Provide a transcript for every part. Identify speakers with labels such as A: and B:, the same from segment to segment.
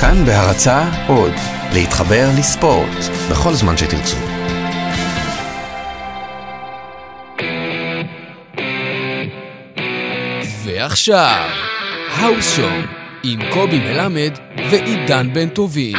A: כאן בהרצה עוד, להתחבר לספורט, בכל זמן שתרצו.
B: ועכשיו, האוס שואו עם קובי מלמד ועידן בן טובים.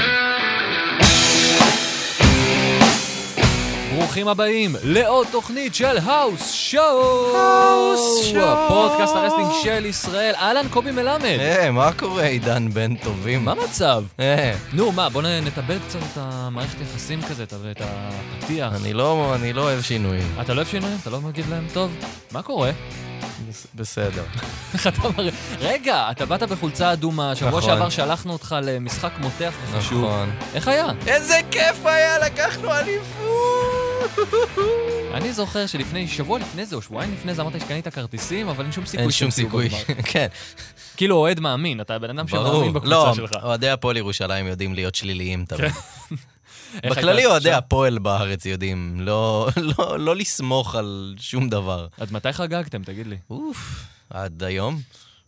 C: ברוכים הבאים לעוד תוכנית של האוס שואו! האוס
D: שואו!
C: הפודקאסט הרסטינג של ישראל. אהלן קובי מלמד.
D: אה, מה קורה, עידן בן טובים?
C: מה המצב?
D: אה,
C: נו, מה, בוא נ- נתבל קצת את המערכת יחסים כזה, את ה- את הפתיח.
D: אני לא, אני לא אוהב שינויים.
C: אתה לא אוהב שינויים? אתה לא מגיב להם טוב? מה קורה?
D: בס- בסדר.
C: איך אתה מראה? רגע, אתה באת בחולצה אדומה, שבוע
D: נכון.
C: שעבר שלחנו אותך למשחק מותח וחשוב.
D: נכון.
C: איך היה?
D: איזה כיף היה, לקחנו אליפות!
C: אני זוכר שלפני, שבוע לפני זה או שבועיים לפני זה אמרת שקנית כרטיסים, אבל אין שום סיכוי.
D: אין שום
C: שהם יצאו
D: סיכוי.
C: בגמר.
D: כן,
C: כאילו אוהד מאמין, אתה בן אדם
D: ברור.
C: שמאמין
D: לא,
C: בקבוצה שלך. כן.
D: אוהדי הפועל ירושלים יודעים להיות שליליים תמיד.
C: איך
D: בכללי
C: הייתה
D: אוהדי
C: התחושה?
D: הפועל בארץ יודעים לא- לא לא לסמוך על שום דבר.
C: עד מתי חגגתם, תגיד לי?
D: אוף, עד היום?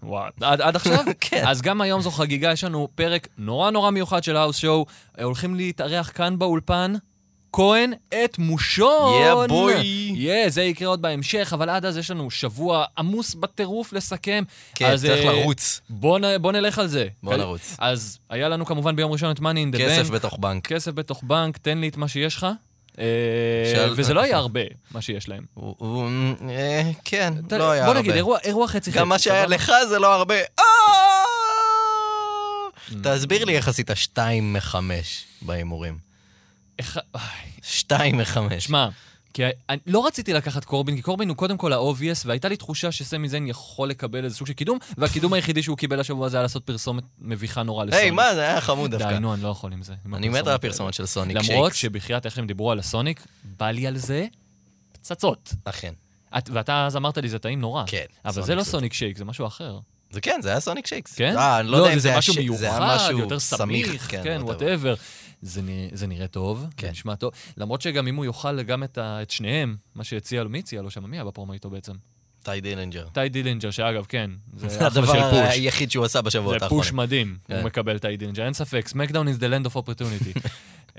C: וואו. עד, עד עכשיו?
D: כן.
C: אז גם היום זו חגיגה, יש לנו פרק נורא נורא מיוחד של האוס שואו. אה, הולכים להתארח כאן באולפן. כהן את מושון!
D: Yeah, boy.
C: יא, yeah, זה יקרה עוד בהמשך, אבל עד אז יש לנו שבוע עמוס בטירוף לסכם.
D: כן,
C: אז,
D: צריך
C: אה,
D: לרוץ.
C: בוא, נ, בוא נלך על זה.
D: בוא נרוץ.
C: אז היה לנו כמובן ביום ראשון את מאני אין דה
D: כסף בתוך בנק.
C: כסף בתוך בנק, תן לי את מה שיש לך. אה,
D: שאל- אה,
C: וזה לא היה הרבה, מה שיש להם.
D: הוא- הוא- אה, כן,
C: אתה-
D: לא היה
C: בוא
D: הרבה.
C: נגיד, אירוע, אירוע חצי חצי.
D: גם מה שהיה
C: סבבה?
D: לך זה לא הרבה. אה!
C: Mm.
D: תסביר לי איך עשית 2 מ-5 בהימורים.
C: איך- אה,
D: 2 מ-5.
C: שמע, כי אני לא רציתי לקחת קורבין, כי קורבין הוא קודם כל האובייס, והייתה לי תחושה שסמי זיין יכול לקבל איזה סוג של קידום, והקידום היחידי שהוא קיבל השבוע זה היה לעשות פרסומת מביכה נורא לסוני.
D: היי, מה, זה היה חמוד
C: די,
D: דווקא.
C: נו, אני לא יכול עם זה. עם
D: אני מת על
C: האלה.
D: הפרסומת של סוניק
C: למרות
D: שייקס.
C: שבחייאת איך שהם דיברו על הסוניק, בא לי על זה פצצות.
D: אכן,
C: את- ואתה אז אמרת לי, זה טעים נורא.
D: כן.
C: אבל זה
D: סוניק
C: לא
D: זה-
C: סוניק שייק, זה משהו אחר.
D: זה כן, זה היה סוניק שייקס.
C: כן?
D: אה, אני לא יודע אם זה היה
C: משהו
D: ש-
C: מיוחד,
D: זה היה משהו
C: יותר סמיך, כן,
D: whatever.
C: וואטאבר. זה, נראה- זה נראה טוב, זה
D: כן.
C: נשמע טוב. למרות שגם אם הוא יאכל גם את, ה, את שניהם, מה שהציע לו, מי הציע לו שם? מי היה בפרומו איתו בעצם?
D: טי דילינג'ר.
C: טי דילינג'ר, שאגב, כן,
D: זה
C: זה אחלה
D: הדבר
C: של פוש.
D: היחיד שהוא עשה בשבועות
C: זה פוש
D: האחרונים.
C: מדהים, הוא
D: כן.
C: מקבל טי דילינג'ר, אין ספק. סמקדאון is the land of opportunity.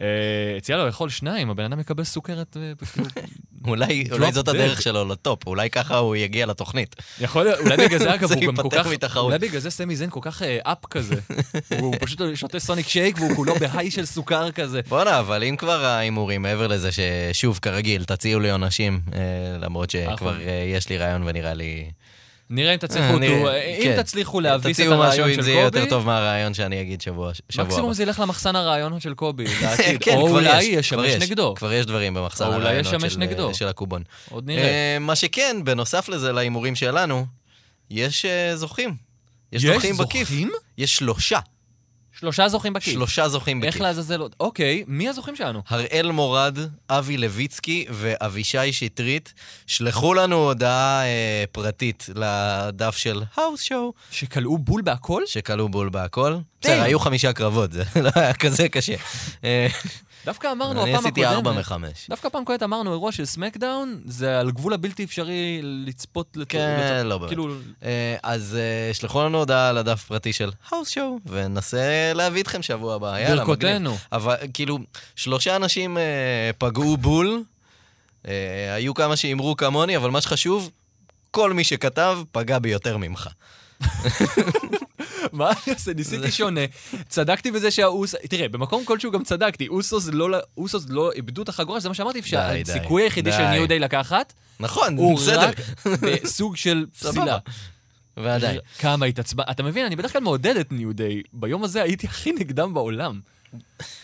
C: אה, הציע לו לאכול שניים, הבן אדם יקבל סוכרת, אה, כאילו,
D: אולי
C: drop
D: אולי זאת
C: dead.
D: הדרך שלו לטופ, אולי ככה הוא יגיע לתוכנית.
C: יכול להיות, אולי בגלל זה אגב
D: זה
C: הוא גם כל
D: ייפתח
C: כך,
D: מתחרות.
C: אולי בגלל זה סמי זן כל כך אה, אפ כזה. הוא- הוא פשוט שותה סוניק שייק והוא כולו בהיי של סוכר כזה.
D: בואנה, אבל אם כבר ההימורים, מעבר לזה ששוב, כרגיל, תציעו לי עונשים, אה, למרות שכבר
C: אחלה.
D: אה, יש לי רעיון ונראה לי...
C: נראה אם תצליחו אותו,
D: נראה,
C: אה, אם
D: כן.
C: תצליחו להביס את
D: תציעו משהו,
C: הרעיון
D: אם זה יהיה
C: של
D: יותר
C: קובי,
D: טוב מהרעיון שאני אגיד שבוע שבוע הבא.
C: מקסימום זה ילך למחסן הרעיון של קובי, לעתיד.
D: כן,
C: או
D: כבר
C: אולי
D: יש, כבר
C: ישמש
D: יש,
C: נגדו,
D: כבר יש דברים במחסן
C: או אולי
D: הרעיונות
C: ישמש
D: של- אה,
C: נגדו.
D: של הקובון.
C: עוד נראה.
D: אה, מה שכן, בנוסף לזה, להימורים שלנו, יש אה, זוכים. יש זוכים בכיף.
C: זוכים?
D: יש שלושה.
C: שלושה זוכים בכיף.
D: שלושה זוכים
C: איך
D: בכיף.
C: לעזאזל עוד? אוקיי, מי הזוכים שלנו?
D: הראל מורד, אבי לויצקי ואבישי שטרית, שלחו לנו הודעה אה, פרטית לדף של האוס שואו,
C: שכלאו בול בהכל?
D: שכלו בול בהכל. בסדר, היו חמישה קרבות, זה לא היה כזה קשה. אה,
C: דווקא אמרנו
D: אני
C: הפעם
D: עשיתי ארבע
C: הקודמת.
D: מחמש.
C: דווקא פעם קודמת אמרנו, אירוע של סמקדאון, זה על גבול הבלתי אפשרי לצפות... לת-
D: כן,
C: לצפות-
D: לא באמת.
C: כאילו,
D: אה, אז אה, שלחו לנו הודעה על הדף פרטי של האוס שואו, וננסה להביא אתכם שבוע הבא. יאללה, מגניב.
C: ברכותינו.
D: אבל כאילו, שלושה אנשים אה, פגעו בול, אה, היו כמה שהימרו כמוני, אבל מה שחשוב, כל מי שכתב פגע ביותר ממך.
C: מה אני אעשה? ניסיתי שונה. צדקתי בזה שהאוס... תראה, במקום כלשהו גם צדקתי. אוסוס לא, אוסוס לא איבדו את החגורה, שזה מה שאמרתי,
D: די.
C: שהסיכוי היחידי של
D: די.
C: ניו דיי לקחת,
D: נכון,
C: הוא
D: בסדר.
C: רק בסוג של פסילה.
D: ועדיין.
C: כמה התעצבן... אתה מבין, אני בדרך כלל מעודד את ניו דיי. ביום הזה הייתי הכי נגדם בעולם.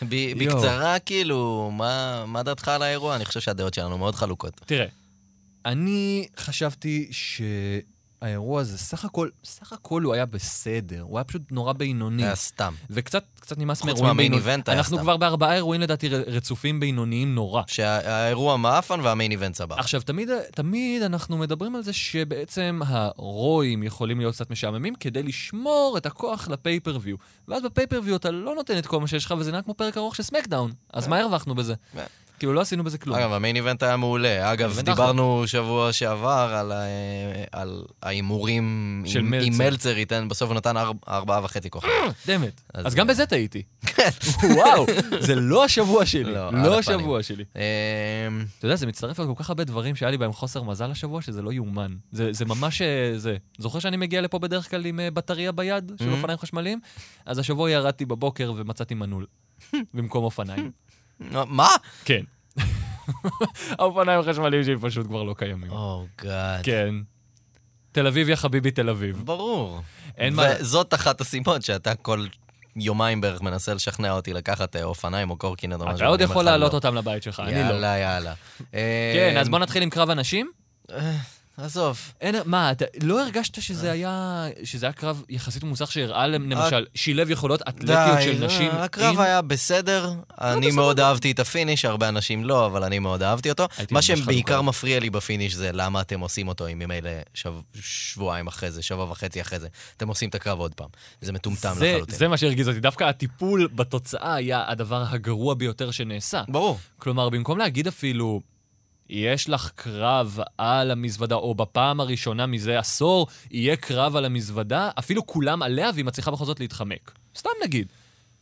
D: ב- בקצרה, כאילו, מה- מה דעתך על האירוע? אני חושב שהדעות שלנו מאוד חלוקות.
C: תראה, אני חשבתי שהאירוע הזה, סך הכל, סך הכל הוא היה בסדר. הוא היה פשוט נורא בינוני.
D: היה סתם.
C: וקצת קצת נמאס
D: אה, חוץ
C: מאירועים
D: מהמיין
C: בינוניים.
D: איבנט היה
C: אנחנו
D: סתם.
C: כבר בארבעה אירועים לדעתי ר- רצופים בינוניים נורא.
D: שהאירוע מאפן והמיין איבנט סבבה.
C: עכשיו, תמיד, תמיד אנחנו מדברים על זה שבעצם הרואים יכולים להיות קצת משעממים כדי לשמור את הכוח לפייפריוויו. ואז בפייפריוויו אתה לא נותן את כל מה שיש לך, וזה נראה כמו פרק ארוך של סמקדאון. אז מה הרווחנו בזה? כאילו, לא עשינו בזה כלום.
D: אגב, המיין איבנט היה מעולה. אגב,
C: איבנט
D: דיברנו שבוע שעבר על ה- על ההימורים
C: של
D: עם- עם
C: מלצר.
D: מלצר, ייתן, בסוף הוא נתן ארבע- ארבעה וחצי כוכבים.
C: דמת.
D: אז- כן.
C: אז גם בזה טעיתי. וואו, זה לא השבוע שלי.
D: לא, על
C: לא
D: הפנים.
C: השבוע שלי.
D: אמ,
C: אתה יודע, זה מצטרף על כל כך הרבה דברים שהיה לי בהם חוסר מזל השבוע, שזה לא יאומן. זה, זה ממש... אה, זה. זוכר שאני מגיע לפה בדרך כלל עם אה, בטריה ביד של
D: Mhm.
C: אופניים חשמליים? אז השבוע ירדתי בבוקר ומצאתי מנעול במקום אופניים.
D: מה?
C: כן. האופניים החשמליים שלי פשוט כבר לא קיימים.
D: או גאד.
C: כן. תל אביב, יא חביבי תל אביב.
D: ברור.
C: אין מה...
D: וזאת אחת הסיבות שאתה כל יומיים בערך מנסה לשכנע אותי לקחת אה, אופניים או קורקינט או משהו.
C: אתה עוד
D: אני
C: יכול
D: בכלל
C: להעלות
D: לא.
C: אותם לבית שלך, אני לא.
D: יאללה, יאללה.
C: כן, אז
D: אמ,
C: בוא נתחיל עם קרב הנשים.
D: אה, עזוב.
C: אין, מה, אתה לא הרגשת
D: אה.
C: שזה היה, שזה היה קרב יחסית מוצלח שהראה להם, למשל, שילב יכולות אתלטיות של
D: די,
C: נשים?
D: אה, הקרב
C: עם- לא,
D: היה בסדר, אני מאוד אהבתי את הפיניש, הרבה אנשים לא, אבל אני מאוד אהבתי אותו.
C: הייתי
D: מה
C: ממש
D: שבעיקר
C: חלוקה.
D: מפריע לי בפיניש זה למה אתם עושים אותו אם ממילא שב- שבועיים אחרי זה, שבוע וחצי אחרי זה. אתם עושים את הקרב עוד פעם. זה מטומטם
C: זה-
D: לחלוטין.
C: זה מה שהרגיז אותי, דווקא הטיפול בתוצאה היה הדבר הגרוע ביותר שנעשה.
D: ברור.
C: כלומר, במקום להגיד אפילו, יש לך קרב על המזוודה, או בפעם הראשונה מזה עשור, יהיה קרב על המזוודה, אפילו כולם עליה, והיא מצליחה בכל זאת להתחמק. סתם נגיד.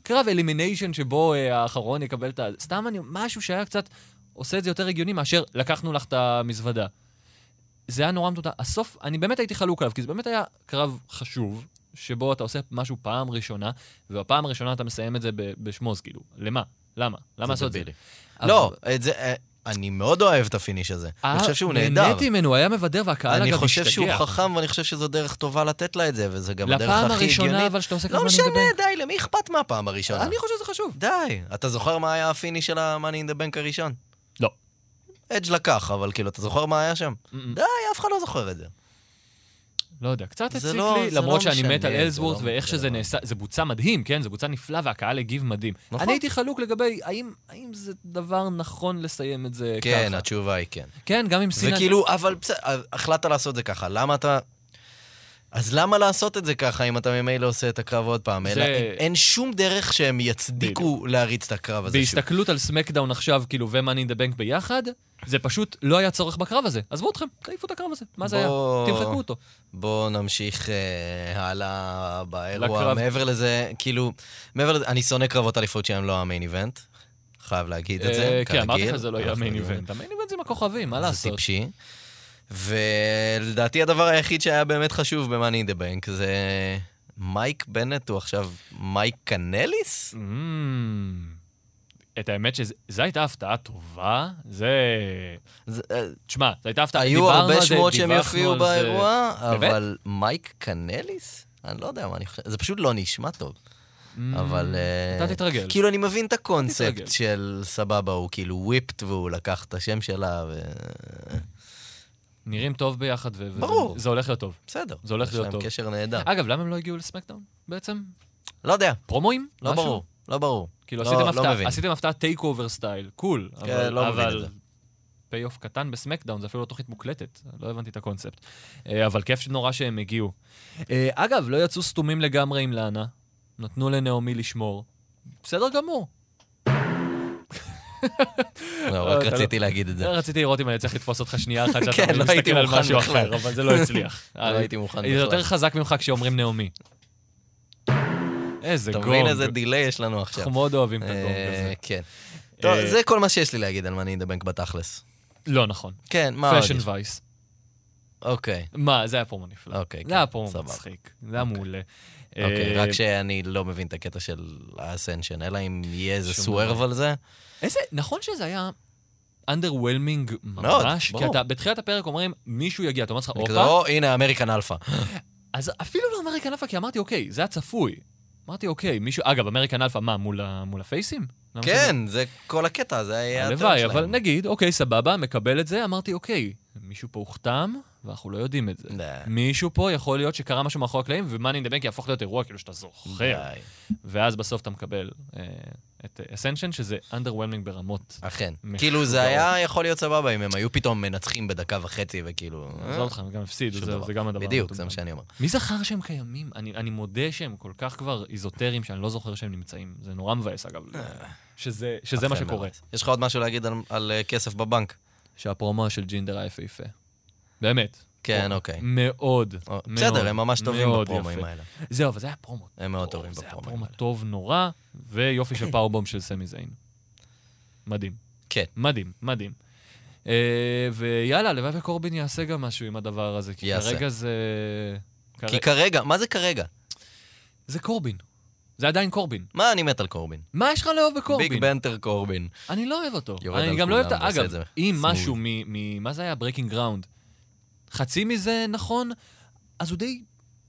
C: קרב אלימיניישן שבו אה, האחרון יקבל את ה... סתם אני... משהו שהיה קצת... עושה את זה יותר הגיוני מאשר לקחנו לך את המזוודה. זה היה נורא מטוטה. הסוף, אני באמת הייתי חלוק עליו, כי זה באמת היה קרב חשוב, שבו אתה עושה משהו פעם ראשונה, ובפעם הראשונה אתה מסיים את זה ב- בשמוז, כאילו. למה? למה? למה לעשות את זה?
D: דבילי.
C: אבל- אה,
D: לא, את זה... אה, אני מאוד אוהב את הפיניש הזה. אני חושב שהוא נהדר.
C: נהניתי ממנו, היה מבדר, והקהל אגב
D: אני
C: השתגע.
D: חושב שהוא חכם, ואני חושב שזו דרך טובה לתת לה את זה, וזה גם הדרך
C: לפעם
D: הכי
C: הראשונה,
D: הגיונית.
C: אבל שאתה עושה
D: לא
C: קרב
D: משנה, די, למי אכפת מהפעם הראשונה?
C: אני חושב שזה חשוב.
D: די. אתה זוכר מה היה הפיני של ה-Money in the Bank הראשון?
C: לא.
D: אדג' לקח, אבל כאילו, אתה זוכר מה היה שם? די, אף אחד לא זוכר את זה.
C: לא יודע, קצת
D: זה
C: הציק
D: לא-
C: לי,
D: זה
C: למרות
D: לא
C: שאני מת
D: משנה,
C: על
D: זה
C: אלסוורט
D: לא
C: ואיך
D: משנה.
C: שזה נעשה, זה בוצע מדהים, כן? זה בוצע נפלא והקהל הגיב מדהים.
D: נכון.
C: אני הייתי חלוק לגבי האם האם זה דבר נכון לסיים את זה ככה.
D: כן, התשובה היא כן.
C: כן, גם עם סינה.
D: וכאילו, כאילו, אבל בסדר, החלטת לעשות זה ככה, למה אתה... אז למה לעשות את זה ככה אם אתה ממילא עושה את הקרב עוד פעם?
C: זה-
D: אלא אין- אין שום דרך שהם יצדיקו להריץ את הקרב הזה שוב.
C: בהסתכלות על סמקדאון עכשיו, כאילו, ו-Money in the Bank ביחד, זה פשוט לא היה צורך בקרב הזה. עזבו אתכם, תעיפו את הקרב הזה. מה זה היה?
D: בוא-
C: תמחקו אותו.
D: בואו נמשיך אה, הלאה באירוע.
C: לקרב.
D: מעבר לזה, כאילו, מעבר לזה, אני שונא קרבות אליפות שהם לא המיין איבנט. חייב להגיד את זה,
C: אה, כן, אמרתי
D: כרגיל.
C: לך שזה לא יהיה
D: אנחנו
C: המיין
D: יודעים.
C: איבנט. המיין איבנט זה עם הכוכבים, מה
D: זה
C: לעשות?
D: טיפשי. ולדעתי הדבר היחיד שהיה באמת חשוב ב-Money in the Bank זה מייק בנט, הוא עכשיו מייק קנליס?
C: אמ, Mm. את האמת שזו הייתה הפתעה טובה, זה...
D: זה- אה,
C: תשמע, זו הייתה הפתעה,
D: היו
C: דיברנו
D: הרבה
C: על זה,
D: שמועות שהם
C: דיווחנו
D: יופיעו
C: על זה.
D: באירוע,
C: באמת?
D: אבל מייק קנליס? אני לא יודע מה אני חושב, זה פשוט לא נשמע טוב, Mm.
C: אמ,
D: אבל... אה,
C: אתה תתרגל.
D: כאילו, אני מבין את
C: תתרגל.
D: הקונספט של סבבה, הוא כאילו וויפט והוא לקח את השם שלה, ו...
C: נראים טוב ביחד, ו- וזה-
D: ברור.
C: זה הולך להיות טוב.
D: בסדר.
C: זה הולך להיות
D: יש
C: טוב.
D: להם קשר נהדר.
C: אגב, למה הם לא הגיעו לסמקדאון בעצם?
D: לא יודע,
C: פרומואים?
D: לא
C: משהו?
D: ברור, לא ברור.
C: כאילו,
D: לא-
C: עשיתם
D: לא
C: הפתעה-
D: מבין.
C: עשיתם הפתעה טייק אובר סטייל, קול.
D: כן,
C: אבל-
D: לא מבין
C: אבל
D: את זה.
C: פי אוף קטן בסמקדאון, זה אפילו לא תוכנית מוקלטת, לא הבנתי את הקונספט. אה, אבל כיף שנורא שהם הגיעו. אה, אגב, לא יצאו סתומים לגמרי עם לאנה, נתנו לנעמי לשמור. בסדר גמור.
D: לא,
C: אה,
D: רק
C: אתה לא-
D: רציתי להגיד את זה.
C: רציתי לראות אם אני צריך לתפוס אותך שנייה אחת,
D: כן,
C: שאתה
D: לא הייתי
C: מסתכל על
D: מוכן
C: משהו
D: בכלל.
C: אחר, אבל זה לא הצליח.
D: לא הייתי מוכן
C: אני יותר
D: בכלל.
C: חזק ממך כשאומרים נעמי. איזה
D: אתה
C: גונג.
D: מבין איזה דיליי יש לנו עכשיו.
C: אנחנו מאוד אוהבים את הגונג הזה.
D: אה, כן. טוב,
C: אה,
D: זה כל מה שיש לי להגיד על מאני דה בנק בתכלס.
C: לא נכון.
D: כן, מה עוד?
C: פאשן
D: יש?
C: וייס.
D: אוקיי,
C: מה, זה היה פרומו נפלא.
D: אוקיי. כן,
C: זה היה פרומו
D: סבבה.
C: מצחיק, זה היה מעולה.
D: אוקיי,
C: אה,
D: רק שאני לא מבין את הקטע של האסנשן, אלא אם יהיה איזה
C: שום
D: סוורב
C: דבר.
D: על זה.
C: איזה, נכון שזה היה underwhelming
D: מאוד,
C: ממש? כי
D: ברור.
C: אתה, בתחילת הפרק אומרים, מישהו יגיע, אתה אומר לך,
D: אני כזה,
C: הופה, אה,
D: או, הנה, אמריקן אלפא.
C: אז אפילו לא אמריקן אלפא, כי אמרתי, אוקיי, זה היה צפוי. אמרתי, אוקיי, מישהו, אגב, אמריקן אלפא, מה, מול ה- מול הפייסים? למה שזה-
D: כן, זה כל הקטע, זה היה... התיאוריה
C: הלוואי,
D: שלהם.
C: אבל נגיד, אוקיי, סבבה, מקבל את זה, אמרתי, אוקיי, מישהו פה הוכתם, ואנחנו לא יודעים את זה.
D: די.
C: מישהו פה יכול להיות שקרה משהו מאחורי הקלעים, ומאני דבנק יהפוך להיות אירוע כאילו שאתה זוכר.
D: די.
C: ואז בסוף אתה מקבל אה, את אסנשן, שזה underwhelming ברמות.
D: אכן.
C: משוגעות.
D: כאילו זה היה יכול להיות סבבה אם הם היו פתאום מנצחים בדקה וחצי וכאילו... אה,
C: עזוב אותך, הם גם הפסידו,
D: שום
C: זה-
D: דבר.
C: זה גם הדבר.
D: בדיוק, זה
C: המטומטם.
D: מה שאני אומר.
C: מי זכר שהם קיימים? אני, אני מודה שהם כל כך כבר איזוטריים, שאני לא זוכר שהם נמצאים. זה נורא מבאס, אגב,
D: אה.
C: שזה, שזה מה
D: אכן
C: שקורה.
D: מאוד. אוקיי, יש לך עוד משהו להגיד על- על אה, כסף בבנק?
C: שהפרומו של ג'ינדר היה יפהפה. באמת.
D: כן, אוקיי.
C: מאוד.
D: או-
C: מאוד,
D: בסדר, הם ממש טובים
C: מאוד
D: בפרומואים
C: יפה.
D: האלה.
C: זהו, אבל זה היה פרומו.
D: הם מאוד
C: טוב,
D: טובים
C: זה היה
D: בפרומואים
C: פרומו
D: האלה.
C: טוב נורא, ויופי של פאורבום של סמי זיין. מדהים.
D: כן.
C: מדהים, מדהים. אה, ויאללה, הלוואי וקורבין יעשה גם משהו עם הדבר הזה, כי
D: יעשה.
C: כרגע זה...
D: כי
C: כרגע-
D: כרגע, מה זה כרגע?
C: זה קורבין. זה עדיין קורבין.
D: מה אני מת על קורבין?
C: מה יש לך לאהוב בקורבין?
D: ביג בנטר קורבין.
C: אני לא אוהב אותו.
D: יורד
C: אני
D: על
C: גם לא אוהב את
D: כולם
C: ה...
D: ועושה
C: אגב,
D: את זה
C: אם
D: smooth.
C: משהו מ... מ- מה זה היה? ברייקינג גראונד. חצי מזה נכון, אז הוא די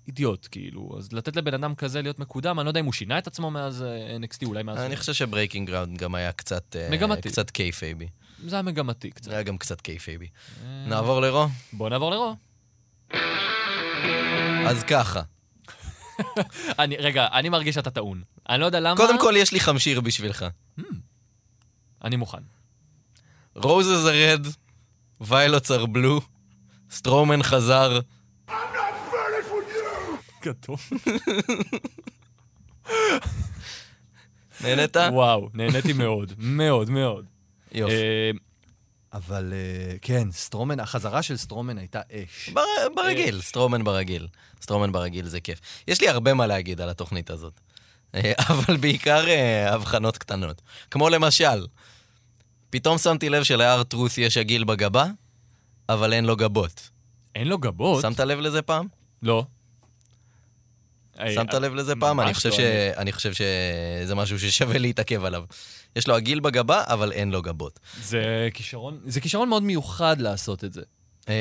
C: אידיוט, כאילו. אז לתת לבן אדם כזה להיות מקודם, אני לא יודע אם הוא שינה את עצמו מאז אה, NXT, אולי מאז...
D: אני חושב שברייקינג גראונד גם היה קצת... אה,
C: מגמתי.
D: קצת קייפייבי.
C: זה אה. היה מגמתי קצת.
D: זה היה גם קצת קייפייבי. נעבור לרו?
C: בוא נעבור לרו.
D: אז ככה.
C: אני, רגע, אני מרגיש שאתה טעון. אני לא יודע למה...
D: קודם כל, יש לי חמשיר בשבילך.
C: אני מוכן.
D: רוזז הרד, ויילוטס הר בלו, סטרומן חזר,
C: כתוב.
D: נהנית?
C: וואו, נהניתי מאוד. מאוד, מאוד.
D: יופי.
C: אה,
E: אבל אה, כן, סטרומן, החזרה של סטרומן הייתה אש.
D: בר-
C: אה.
D: ברגיל, סטרומן ברגיל. סטרומן ברגיל זה כיף. יש לי הרבה מה להגיד על התוכנית הזאת. אה, אבל בעיקר אה, הבחנות קטנות. כמו למשל, פתאום שמתי לב שלהר טרוס יש עגיל בגבה, אבל אין לו גבות.
C: אין לו גבות.
D: שמת לב לזה פעם?
C: לא. אה,
D: שמת לב לזה
C: ממש
D: פעם? אני
C: לא,
D: חושב ש-
C: אני-
D: אני חושב שזה משהו ששווה להתעכב עליו. יש לו עגיל בגבה, אבל אין לו גבות.
C: זה כישרון, זה כישרון מאוד מיוחד לעשות את זה.
D: אה,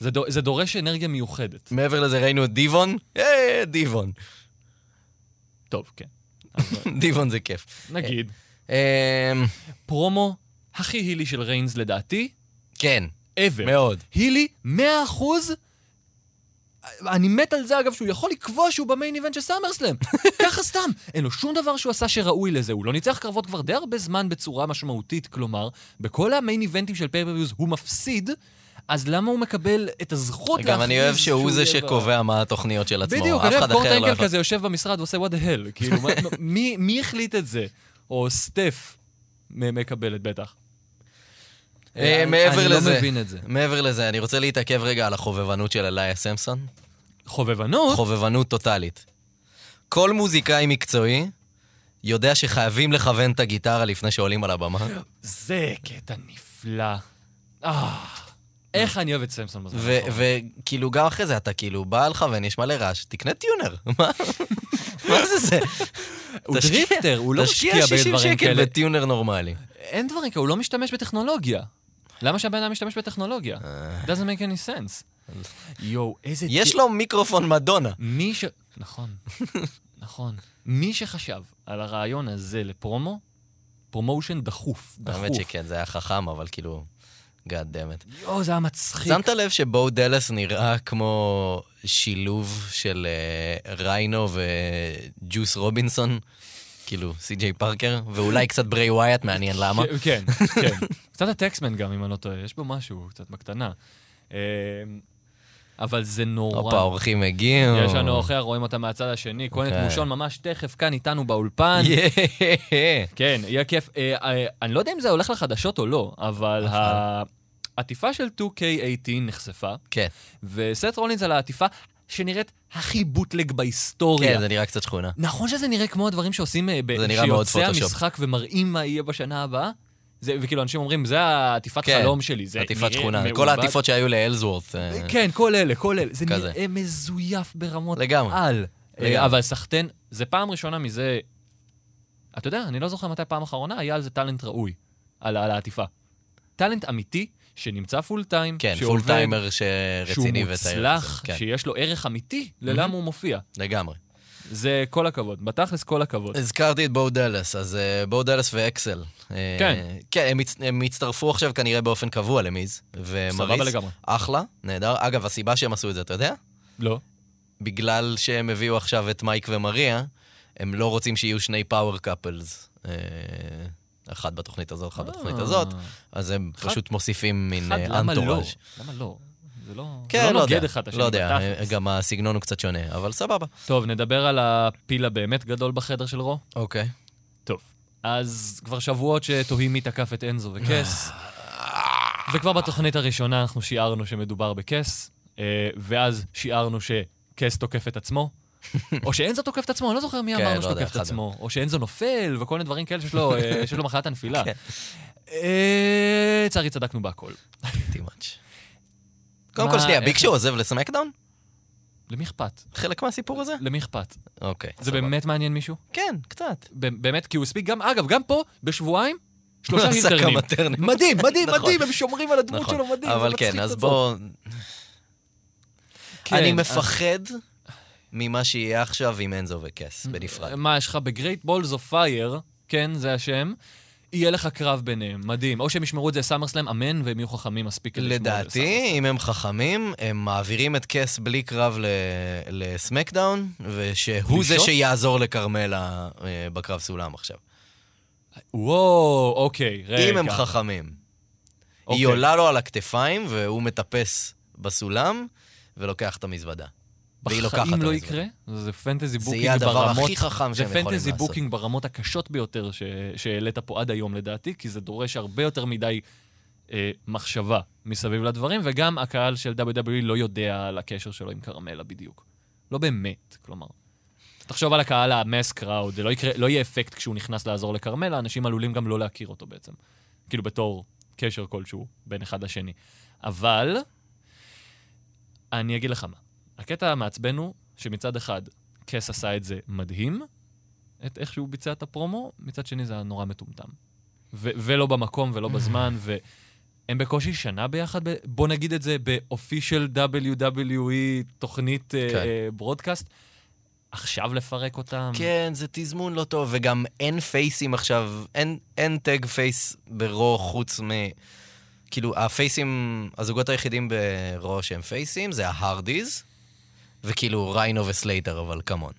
C: זה, דו, זה דורש אנרגיה מיוחדת.
D: מעבר לזה ראינו את דיבון, אה, דיבון.
C: טוב, כן.
D: דיבון זה כיף.
C: נגיד,
D: אה,
C: פרומו הכי הילי של ריינס לדעתי,
D: כן,
C: ever.
D: מאוד.
C: הילי, 100 אחוז. אני מת על זה, אגב, שהוא יכול לקבוע שהוא במיין איבנט של סאמרסלאם. ככה סתם. אין לו שום דבר שהוא עשה שראוי לזה. הוא לא ניצח קרבות כבר די הרבה זמן בצורה משמעותית, כלומר, בכל המיין איבנטים של פייפריוויוז הוא מפסיד, אז למה הוא מקבל את הזכות
D: גם אני אוהב שהוא זה
C: יהיה ב-
D: שקובע מה התוכניות של עצמו.
C: בדיוק,
D: אף
C: אני
D: אחד
C: אוהב פורט
D: אחר לא
C: אנגל
D: יכול.
C: כזה יושב במשרד ועושה what the hell, כאילו, מה- מי- מי החליט את זה? או סטף מ- מקבלת בטח.
D: אה,
C: אני-
D: מעבר
C: אני
D: לזה.
C: לא מבין את זה.
D: מעבר לזה, אני רוצה להתעכב רגע על החובבנות של אליה סמפסון.
C: חובבנות?
D: חובבנות טוטאלית. כל מוזיקאי מקצועי יודע שחייבים לכוון את הגיטרה לפני שעולים על הבמה,
C: זה קטע נפלא. אה, איך אני אוהב את סמסון בזמן.
D: ו-
C: האחרון.
D: וכאילו גם אחרי זה אתה כאילו בא לכוון, יש מלא רעש, תקנה טיונר. מה מה זה זה?
C: הוא
D: תשקיע-
C: דריפטר, הוא לא
D: תשקיע
C: משקיע
D: 60
C: בדברים
D: שקל
C: כאלה.
D: בטיונר נורמלי.
C: אין דברים כאלה, הוא לא משתמש בטכנולוגיה. למה שהבן אדם משתמש בטכנולוגיה? doesn't make any sense. יואו, איזה...
D: יש לו מיקרופון מדונה.
C: מי ש... נכון, נכון. מי שחשב על הרעיון הזה לפרומו, פרומושן דחוף, דחוף.
D: האמת שכן, זה היה חכם, אבל כאילו, God damn it.
C: יואו, זה היה מצחיק.
D: שמת לב שבו דלס נראה כמו שילוב של אה, ריינו וג'וס רובינסון? כאילו, סי.ג'יי פארקר, ואולי קצת ברי ווייט, מעניין למה.
C: כן, כן, כן. קצת הטקסמן גם, אם אני לא טועה, יש בו משהו, קצת בקטנה. אמ, אבל זה נורא.
D: הופה, האורחים הגיעו.
C: יש לנו אורחיה, רואים אותה מהצד השני, כהן
D: אוקיי.
C: תמושון ממש תכף כאן איתנו באולפן.
D: יאה.
C: כן, יהיה כיף. אה, אה, אני לא יודע אם זה הולך לחדשות או לא, אבל
D: אבל.
C: ה- העטיפה של 2K18 נחשפה.
D: כן,
C: וסט רולינס על העטיפה שנראית הכי בוטלג בהיסטוריה.
D: כן, זה נראה קצת שכונה.
C: נכון שזה נראה כמו הדברים שעושים, אה, ב-
D: זה נראה מאוד
C: שיוצא
D: פוטושופ.
C: המשחק ומראים מה יהיה בשנה הבאה? זה, וכאילו, אנשים אומרים, זה העטיפת
D: כן,
C: חלום שלי, זה
D: עטיפת
C: נראה
D: שכונה,
C: מעוות."
D: כל העטיפות שהיו לאלזוורת'. אה,
C: כן, כל אלה, כל אלה. זה
D: כזה.
C: נראה מזויף ברמות
D: לגמרי.
C: על.
D: לגמרי.
C: אה, אבל סחטיין, זה פעם ראשונה מזה... אתה יודע, אני לא זוכר מתי פעם אחרונה היה על זה טאלנט ראוי, על על העטיפה. טאלנט אמיתי, שנמצא פול טיים,
D: כן, פול
C: שעובד,
D: טיימר
C: שהוא
D: שרציני ותאיר.
C: מוצלח,
D: כן, Mm-hmm.
C: שיש לו ערך אמיתי ללמה הוא מופיע.
D: לגמרי.
C: זה כל הכבוד, בתכלס כל הכבוד.
D: נכון. הזכרתי את בואו דלס, אז אה, בואו דלס ואקסל. אה,
C: כן.
D: כן, הם הצ- הם הצטרפו עכשיו כנראה באופן קבוע למיז. ומריס,
C: סבבה אה, לגמרי.
D: אחלה, נהדר. אגב, הסיבה שהם עשו את זה, אתה יודע?
C: לא.
D: בגלל שהם הביאו עכשיו את מייק ומריה, הם לא רוצים שיהיו שני פאוור קאפלס. אה, אחד בתוכנית הזאת, אחד בתוכנית הזאת, אז הם
C: אה. אחד-
D: פשוט מוסיפים מין
C: אחד,
D: אה,
C: למה לא?
D: אנטוראז'.
C: למה לא? זה לא...
D: כן,
C: לא
D: לא
C: נוגד
D: יודע,
C: אחד את השני.
D: לא יודע, אה,
C: בתכלס.
D: גם הסגנון הוא קצת שונה, אבל סבבה.
C: טוב, נדבר על הפיל הבאמת גדול בחדר של רו.
D: אוקיי.
C: טוב. אז כבר שבועות שתוהים מי תקף את אנזו וקס, וכבר בתוכנית הראשונה אנחנו שיערנו שמדובר בקס, אה, ואז שיערנו שקס תוקף את עצמו, או שאנזו תוקף את עצמו, אני לא זוכר מי
D: כן,
C: אמרנו
D: לא יודע,
C: שתוקף את
D: אחד
C: עצמו, או שאנזו נופל, וכל מיני דברים כאלה שיש לו, אה, שיש לו מחלת הנפילה.
D: כן.
C: אה, לצערי צדקנו בהכל.
D: too much. קודם כל,
C: מה,
D: שנייה,
C: איך-
D: ביג שואו עוזב לסמקדאון?
C: למי אכפת?
D: חלק מהסיפור הזה?
C: למי אכפת?
D: אוקיי.
C: זה
D: סבבה.
C: באמת מעניין מישהו?
D: כן, קצת.
C: ב- באמת, כי הוא הספיק גם, אגב, גם פה, בשבועיים, שלושה
D: עשה כמה
C: אינטרנים.
D: טרנים.
C: מדהים, מדהים,
D: נכון.
C: מדהים, הם שומרים על הדמות
D: נכון.
C: שלו, מדהים,
D: אבל
C: זה מצחיק
D: כן,
C: את
D: אז
C: עצמו.
D: בואו...
C: כן,
D: אני
C: אז-
D: מפחד ממה שיהיה עכשיו עם אנזו וקס בנפרד.
C: מה יש לך בגרייט בולס אוף פייר, כן, זה השם, יהיה לך קרב ביניהם, מדהים. או שהם ישמרו את זה סאמר סלאם, אמן, והם יהיו חכמים מספיק כדי לשמור את זה.
D: לדעתי, אם הם חכמים, הם מעבירים את קס בלי קרב ל- לסמקדאון, ושהוא זה
C: לשלוט?
D: שיעזור לכרמלה אה, בקרב סולם עכשיו.
C: וואו, אוקיי, רגע.
D: אם הם חכמים.
C: אוקיי.
D: היא עולה לו על הכתפיים, והוא מטפס בסולם, ולוקח את המזוודה. והיא לוקחת את
C: בחיים לא
D: המזוודה.
C: יקרה, זה פנטזי
D: זה
C: בוקינג
D: יהיה הדבר
C: ברמות...
D: הכי חכם שהם
C: זה
D: יכולים
C: פנטזי
D: לעשות.
C: בוקינג ברמות הקשות ביותר ש... שהעלית פה עד היום לדעתי, כי זה דורש הרבה יותר מדי אה, מחשבה מסביב לדברים, וגם הקהל של WWE לא יודע על הקשר שלו עם קרמלה בדיוק. לא באמת, כלומר. תחשוב על הקהל המס קראוד, זה לא, יקרה, לא יהיה אפקט כשהוא נכנס לעזור לכרמלה, אנשים עלולים גם לא להכיר אותו בעצם. כאילו בתור קשר כלשהו בין אחד לשני. אבל, אני אגיד לך מה. הקטע המעצבן הוא שמצד אחד, קס עשה את זה מדהים, את איך שהוא ביצע את הפרומו, מצד שני זה היה נורא מטומטם. ו- ולא במקום ולא בזמן, והם בקושי שנה ביחד, ב- בוא נגיד את זה ב-official WWE תוכנית
D: כן.
C: כן. ברודקאסט. עכשיו לפרק אותם?
D: כן, זה תזמון לא טוב, וגם אין פייסים עכשיו, אין, אין טג פייס ברו חוץ מ... כאילו, הפייסים, הזוגות היחידים ברו שהם פייסים, זה ההרדיז, וכאילו ריינו וסלייטר, אבל כמון.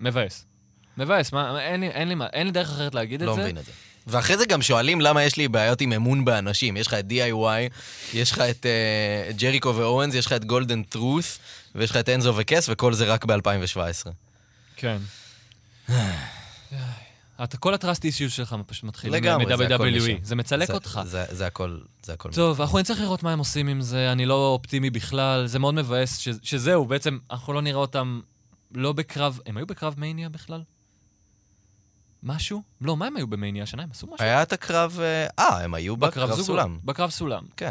C: מבאס. מבאס, מה, אין, לי- אין, לי, מה- אין לי דרך אחרת להגיד
D: לא
C: את זה.
D: מבין את זה. ואחרי זה גם שואלים למה יש לי בעיות עם אמון באנשים. יש לך את DIY, יש לך את אה, ג'ריקו ואורנס, יש לך את גולדן טרוס, ויש לך את אנזו וקס, וכל זה רק ב-2017.
C: כן. אה, אתה, כל הטראסט אישיוס שלך פשוט מתחיל
D: לגמרי, זה הכל משם.
C: מ-WWE. זה מצלק
D: זה-
C: אותך.
D: זה- זה הכל, זה הכל.
C: טוב, אנחנו נצטרך לראות מה הם עושים עם זה, אני לא אופטימי בכלל, זה מאוד מבאס ש- שזהו, בעצם אנחנו לא נראה אותם לא בקרב, הם היו בקרב מניה בכלל? משהו? לא, מה הם היו במניה השנה? הם עשו משהו?
D: היה את הקרב... אה, אה, הם היו בקרב
C: זוגות,
D: סולם.
C: בקרב סולם.
D: כן,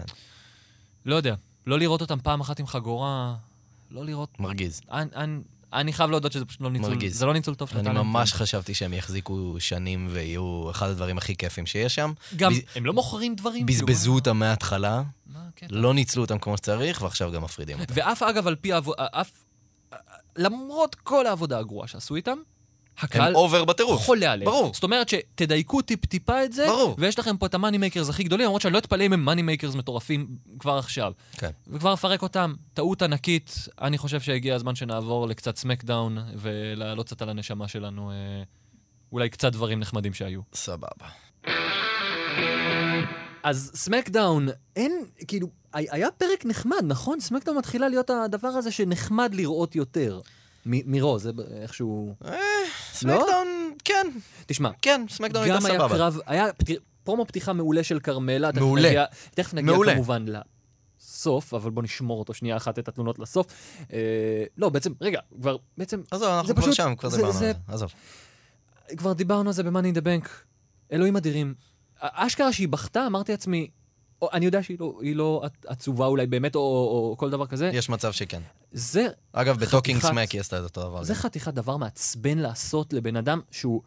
C: לא יודע, לא לראות אותם פעם אחת עם חגורה, לא לראות...
D: מרגיז.
C: אני- אני- אני חייב להודות שזה פשוט לא ניצול,
D: מרגיז.
C: זה לא ניצול טוב של
D: אני
C: הטאלנט.
D: ממש חשבתי שהם יחזיקו שנים ויהיו אחד הדברים הכי כיפים שיש שם.
C: גם,
D: בז-
C: הם לא מוכרים דברים. כאילו,
D: בזבזו
C: מה-
D: אותם מההתחלה,
C: מה הקטע?
D: לא ניצלו אותם כמו שצריך, ועכשיו גם מפרידים אותם.
C: ואף אגב, על פי העבודה, אף... למרות כל העבודה הגרועה שעשו איתם,
D: הם
C: הקהל
D: אובר בטירוף.
C: חולה עליהם.
D: ברור.
C: זאת אומרת שתדייקו טיפ-טיפה את זה,
D: ברור.
C: ויש לכם פה את המאני מייקרס הכי גדולים, למרות שאני לא אתפלא אם הם מאני מייקרס מטורפים כבר עכשיו.
D: כן.
C: וכבר אפרק אותם, טעות ענקית, אני חושב שהגיע הזמן שנעבור לקצת סמקדאון, ולהעלות קצת על הנשמה שלנו, אה, אולי קצת דברים נחמדים שהיו.
D: סבבה.
C: לא? אז סמקדאון, אין, כאילו, הי- היה פרק נחמד, נכון? סמקדאון מתחילה להיות הדבר הזה שנחמד לראות יותר. מ- מרו, זה ב- איכשהו...
D: סמקדאון, כן,
C: תשמע,
D: כן, סמקדאון
C: גם
D: הייתה
C: היה
D: סבבה.
C: קרב, היה פת- פרומו פתיחה מעולה של כרמלה. תכף
D: מעולה.
C: נגיע- תכף נגיע
D: מעולה.
C: כמובן לסוף, אבל בוא נשמור אותו שנייה אחת, את התלונות לסוף. אה, לא, בעצם, רגע, כבר, בעצם,
D: עזוב,
C: זה
D: אנחנו כבר
C: פשוט-
D: שם, כבר
C: זה-
D: דיברנו על
C: זה-
D: זה. עזוב.
C: כבר דיברנו על זה ב-Money in the Bank. אלוהים אדירים. אשכרה שהיא בכתה, אמרתי לעצמי, או, אני יודע שהיא לא, היא לא עצ- עצובה אולי באמת, או, או, או כל דבר כזה.
D: יש מצב שכן.
C: זה,
D: אגב, בטוקינג
C: חתיכת-
D: סמק היא עשתה את אותו דבר.
C: זה
D: גם.
C: חתיכת דבר מעצבן לעשות לבן אדם שהוא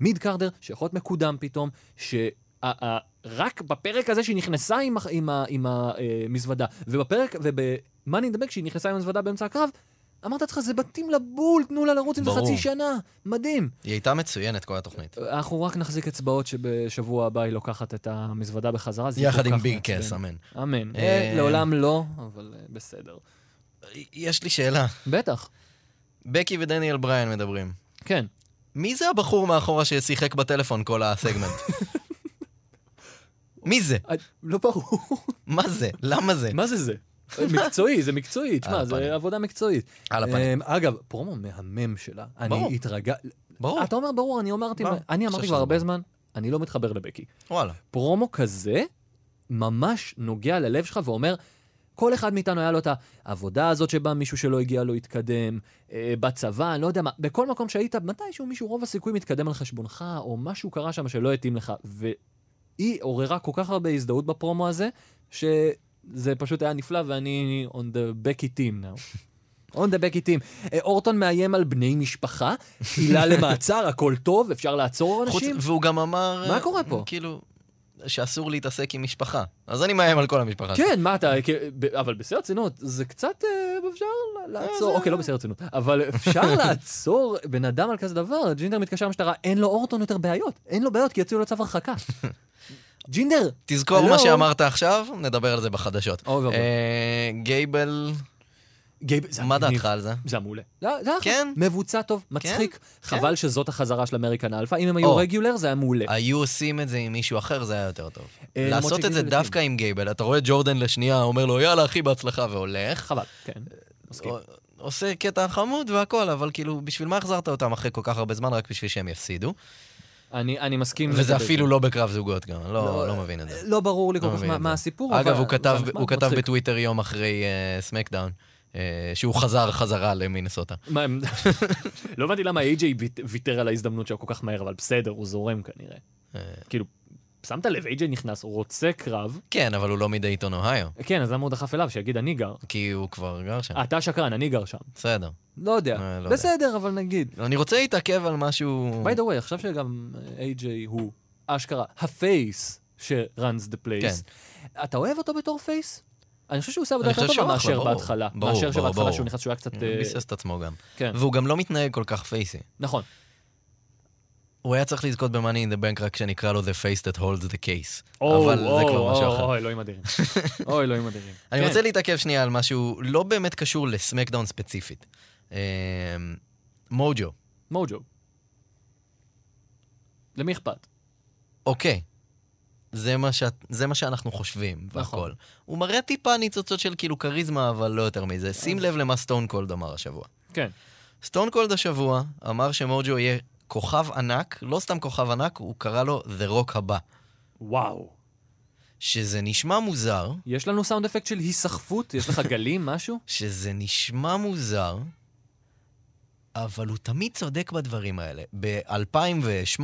C: מיד קארדר, שיכול להיות מקודם פתאום, ש... ה- ה- רק בפרק הזה שהיא נכנסה עם, הח- עם, ה- עם המזוודה, ובפרק, ובמאני דבק שהיא נכנסה עם המזוודה באמצע הקרב, אמרת לעצמך, זה בתים לבול, תנו לה לרוץ עם זה
D: ברור.
C: חצי שנה, מדהים.
D: היא הייתה מצוינת כל התוכנית.
C: אנחנו רק נחזיק אצבעות שבשבוע הבא היא לוקחת את המזוודה בחזרה. זה
D: יחד
C: כל
D: עם כן,
C: כך
D: ביג
C: מעצבן.
D: קס, אמן.
C: אמן.
D: אה,
C: אה, לעולם לא, אבל אה, בסדר.
D: יש לי שאלה.
C: בטח,
D: בקי ודניאל בריין מדברים.
C: כן.
D: מי זה הבחור מאחורה ששיחק בטלפון כל הסגמנט? מי זה?
F: לא ברור.
D: מה זה? למה זה?
F: מה זה זה? מקצועי, זה מקצועי.
D: על
F: תשמע,
D: הפנים.
F: זה עבודה מקצועית.
D: על
C: אמ,
D: הפנים.
C: אגב, פרומו מהמם שלה.
D: ברור.
C: אני התרגע...
D: ברור.
C: אתה אומר ברור, אני אמרתי...
D: ברור.
C: אני
D: חושב
C: אמרתי
D: שזה
C: כבר הרבה
D: ברור.
C: זמן, אני לא מתחבר לבקי.
D: וואלה.
C: פרומו כזה ממש נוגע ללב שלך ואומר, כל אחד מאיתנו היה לו את העבודה הזאת שבה מישהו שלא הגיע לו התקדם, אה, בצבא, אני לא יודע מה, בכל מקום שהיית, מתישהו מישהו רוב הסיכויים התקדם על חשבונך, או משהו קרה שם שלא התאים לך. והיא עוררה כל כך הרבה הזדהות בפרומו הזה, שזה פשוט היה נפלא, ואני on the backy team now. on the backy team. אה, אורטון מאיים על בני משפחה, עילה למעצר, הכל טוב, אפשר לעצור
D: חוץ-
C: אנשים.
D: והוא גם אמר...
C: מה
D: אה,
C: קורה פה?
D: כאילו, שאסור להתעסק עם משפחה. אז אני מאיים על כל המשפחה.
C: כן, מה אתה, כ- ב- אבל בשיא הרצינות, זה קצת אה, אפשר ל- לעצור, אוקיי, לא בשיא הרצינות, אבל אפשר לעצור בן אדם על כזה דבר, ג'ינדר מתקשר למשטרה, אין לו אורטון יותר בעיות, אין לו בעיות, כי יוציאו לו צו הרחקה. ג'ינדר!
D: תזכור מה
C: הלו?
D: שאמרת עכשיו, נדבר על זה בחדשות.
C: אוי ואבוי.
D: אה, גייבל,
C: גייב- זה
D: מה
C: מגניב.
D: דעתך על זה?
C: זה היה מעולה. זה היה- זה היה אחלה.
D: כן.
C: מבוצע טוב, מצחיק. חבל שזאת החזרה של אמריקן אלפא, אם הם היו
D: או. אה,
C: רגולר זה היה מעולה.
D: היו עושים את זה עם מישהו אחר, זה היה יותר טוב.
C: אה, למרות
D: לעשות את זה
C: שגייבל
D: דווקא עם גייבל, אתה רואה ג'ורדן לשנייה, אומר לו, יאללה, אחי, בהצלחה, והולך.
C: חבל, כן.
D: אה,
C: מסכים.
D: ע- עושה קטע חמוד והכל, אבל כאילו, בשביל מה החזרת אותם אחרי כל כך הרבה זמן, רק בשביל שהם יפסידו?
C: אני אני מסכים.
D: וזה
C: לגבי
D: אפילו
C: זה.
D: לא בקרב זוגות גם, אני לא
C: לא,
D: לא מבין את זה.
C: לא ברור לי כל
D: לא
C: כך
D: מבין
C: מה-
D: את
C: מה
D: זה.
C: הסיפור, אבל...
D: אגב, הוא
C: זה
D: כתב-
C: נחמד,
D: הוא כתב
C: מצחיק.
D: בטוויטר יום אחרי אה, סמקדאון, אה, שהוא חזר חזרה למינסוטה.
F: מה, הם- לא הבנתי למה איי-ג'יי ויתר על ההזדמנות שלה כל כך מהר, אבל בסדר, הוא זורם כנראה.
D: אה.
F: כאילו, שמת לב, איי-ג'יי נכנס, הוא רוצה קרב,
D: כן, אבל הוא לא מדייטון אוהיו,
F: כן, אז למה הוא דחף אליו? שיגיד, אני גר.
D: כי הוא כבר גר
C: אה.
D: שם.
F: אתה שקרן, אני גר שם.
D: בסדר.
C: לא
D: אה,
C: יודע.
D: לא אה.
C: בסדר, אבל נגיד.
D: אני רוצה להתעכב על משהו...
C: by the way, עכשיו שגם
F: אה,
C: איי-ג'יי הוא אשכרה הפייס ש-runs the place, אתה אוהב אותו בתור פייס? אני חושב שהוא עושה עבודה
D: כן. אני
C: יותר
D: חושב
C: טובה
D: שהוא אחלה,
F: מאשר
D: ברור.
F: בהתחלה.
D: ברור,
F: מאשר
D: ברור,
F: שבהתחלה
D: ברור.
F: שהוא נכנס שהוא היה קצת...
D: הוא
F: אה,
D: ביסס את עצמו גם.
C: כן.
D: והוא גם לא מתנהג כל כך פייסי.
C: נכון.
D: הוא היה צריך לזכות ב-Money in the Bank רק שנקרא לו The Face That Holds the Case.
F: אוי,
D: אבל זה כבר
F: אוי,
D: משהו
F: אוי,
D: אחר.
F: אוי, לא אלוהים אדירים.
C: אוי, אלוהים אדירים.
D: אני
F: כן.
D: רוצה להתעכב שנייה על משהו לא באמת קשור לסמקדאון ספציפית. אמ, מוג'ו,
C: מוג'ו. למי אכפת?
D: אוקיי. זה מה, שאת, זה מה שאנחנו חושבים,
C: נכון.
D: והכל. הוא מראה טיפה ניצוצות של כאילו כריזמה, אבל לא יותר מזה. שים לב למה סטון קולד אמר השבוע.
F: כן.
D: סטון קולד השבוע אמר שמוג'ו יהיה כוכב ענק, לא סתם כוכב ענק, הוא קרא לו The Rock הבא.
F: וואו.
D: שזה נשמע מוזר,
C: יש לנו סאונד אפקט של היסחפות? יש לך גלים, משהו?
D: שזה נשמע מוזר, אבל הוא תמיד צודק בדברים האלה. ב-2008 או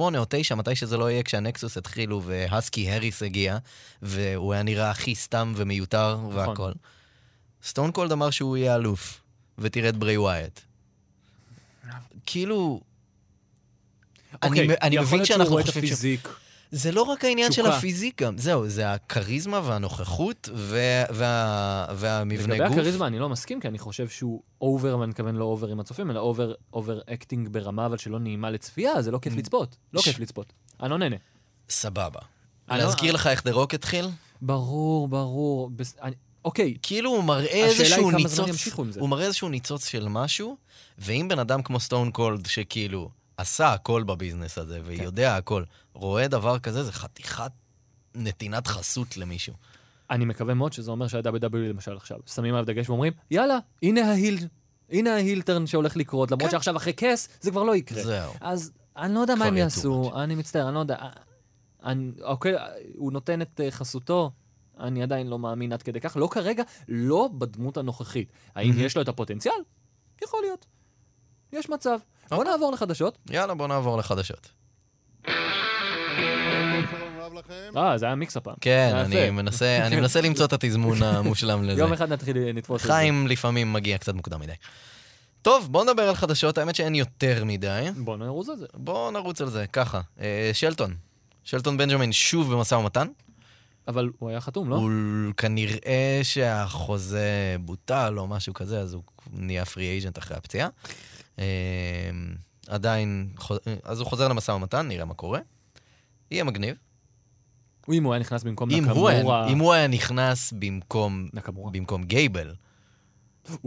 D: 2009, מתי שזה לא יהיה, כשהנקסוס התחילו והסקי הריס הגיע, והוא היה נראה הכי סתם ומיותר
F: נכון.
D: והכל. סטון קולד אמר שהוא יהיה אלוף, ותראה את ברי ווייט. כאילו... אני,
F: אוקיי,
D: מ- אני
F: יכול
D: מבין
F: להיות
D: שאנחנו
F: שהוא רואה את
D: חושבים ש...
F: הפיזיק.
D: זה לא רק העניין של
F: תשוקה.
D: הפיזיק גם, זהו, זה הכריזמה והנוכחות וה, וה, והמבנה
F: לגבי
D: גוף.
F: הכריזמה אני לא מסכים, כי אני חושב שהוא אובר, ואני מתכוון לא אובר עם הצופים, אלא אובר אובר אקטינג ברמה, אבל שלא נעימה לצפייה, זה לא כיף לצפות. לא
D: Mm. ש-
F: כיף לצפות. אני לא נהנה.
D: סבבה.
C: אה,
F: אני
D: להזכיר
F: לא-
D: לך איך דה רוק התחיל?
C: ברור, ברור. בס- אני- אוקיי,
D: כאילו הוא מראה
C: השאלה היא כמה
D: איזשהו
C: זמן
D: ניצוץ,
C: ימשיכו עם זה.
D: הוא מראה איזשהו ניצוץ של משהו, ואם בן אדם כמו סטון קולד, שכאילו עשה הכל בביזנס הזה,
C: כן.
D: ויודע הכל, רואה דבר כזה, זה חתיכת נתינת חסות למישהו.
F: אני מקווה מאוד שזה אומר שה-WW
C: E
F: למשל עכשיו, שמים עליו דגש ואומרים, יאללה, הנה ההיל, הנה ההילטרן שהולך לקרות, למרות
D: כן.
F: שעכשיו אחרי כס זה כבר לא
C: כן.
F: יקרה.
D: זהו.
C: אז אני לא יודע
D: כבר
C: מה הם
D: יהיה
C: יעשו, אני מצטער, אני לא יודע. אני, אוקיי, הוא נותן את אה, חסותו, אני עדיין לא מאמין עד כדי כך, לא כרגע, לא בדמות הנוכחית. האם
D: מהמם.
C: יש לו את הפוטנציאל? יכול להיות. יש מצב. בוא
F: אוקיי.
C: נעבור לחדשות.
D: יאללה, בוא נעבור לחדשות.
F: אה, זה היה מיקס הפעם.
D: כן,
F: יפה.
D: אני מנסה, אני מנסה למצוא את התזמון המושלם לזה.
C: יום אחד נתחיל, אה, נתפוס את זה.
D: חיים לפעמים מגיע קצת מוקדם מדי. טוב, בוא נדבר על חדשות, האמת שאין יותר מדי.
F: בוא נרוז על זה.
D: בואו נרוץ על זה, ככה. אה, שלטון. שלטון בנג'מין שוב במשא ומתן.
F: אבל הוא היה חתום, לא?
D: הוא כנראה שהחוזה בוטל או משהו כזה, אז הוא נהיה פרי אייג'נט אחרי הפציעה. אה, עדיין, חו- אה, אז הוא חוזר למשא ומתן, נראה מה קורה. יהיה מגניב.
F: אם הוא היה נכנס במקום
D: אם הוא היה-
F: נקמורה...
D: אם הוא היה נכנס במקום
F: נקמורה.
D: במקום גייבל,
C: או,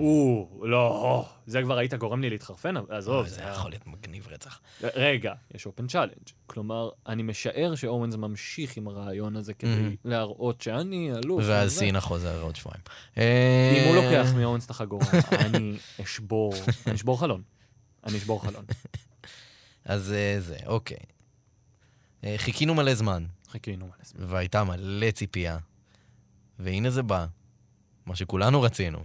C: או, לא, זה כבר היית גורם לי להתחרפן, אבל עזוב.
D: אה, זה
C: היה-
D: יכול להיות מגניב רצח.
C: רגע, יש אופן צ'אלנג'. כלומר, אני משער שאורנס ממשיך עם הרעיון הזה כדי להראות שאני אלוף.
D: ואז
C: וזה.
D: סינה חוזר עוד שבועיים. אה,
C: אם הוא לוקח מאורנס את החגורה, אני אשבור, אני אשבור חלון. אני אשבור חלון.
D: אז אה, זה, אוקיי. אה, חיכינו מלא זמן,
C: חיכינו מלא זמן.
D: והייתה מלא ציפייה. והנה זה בא, מה שכולנו רצינו.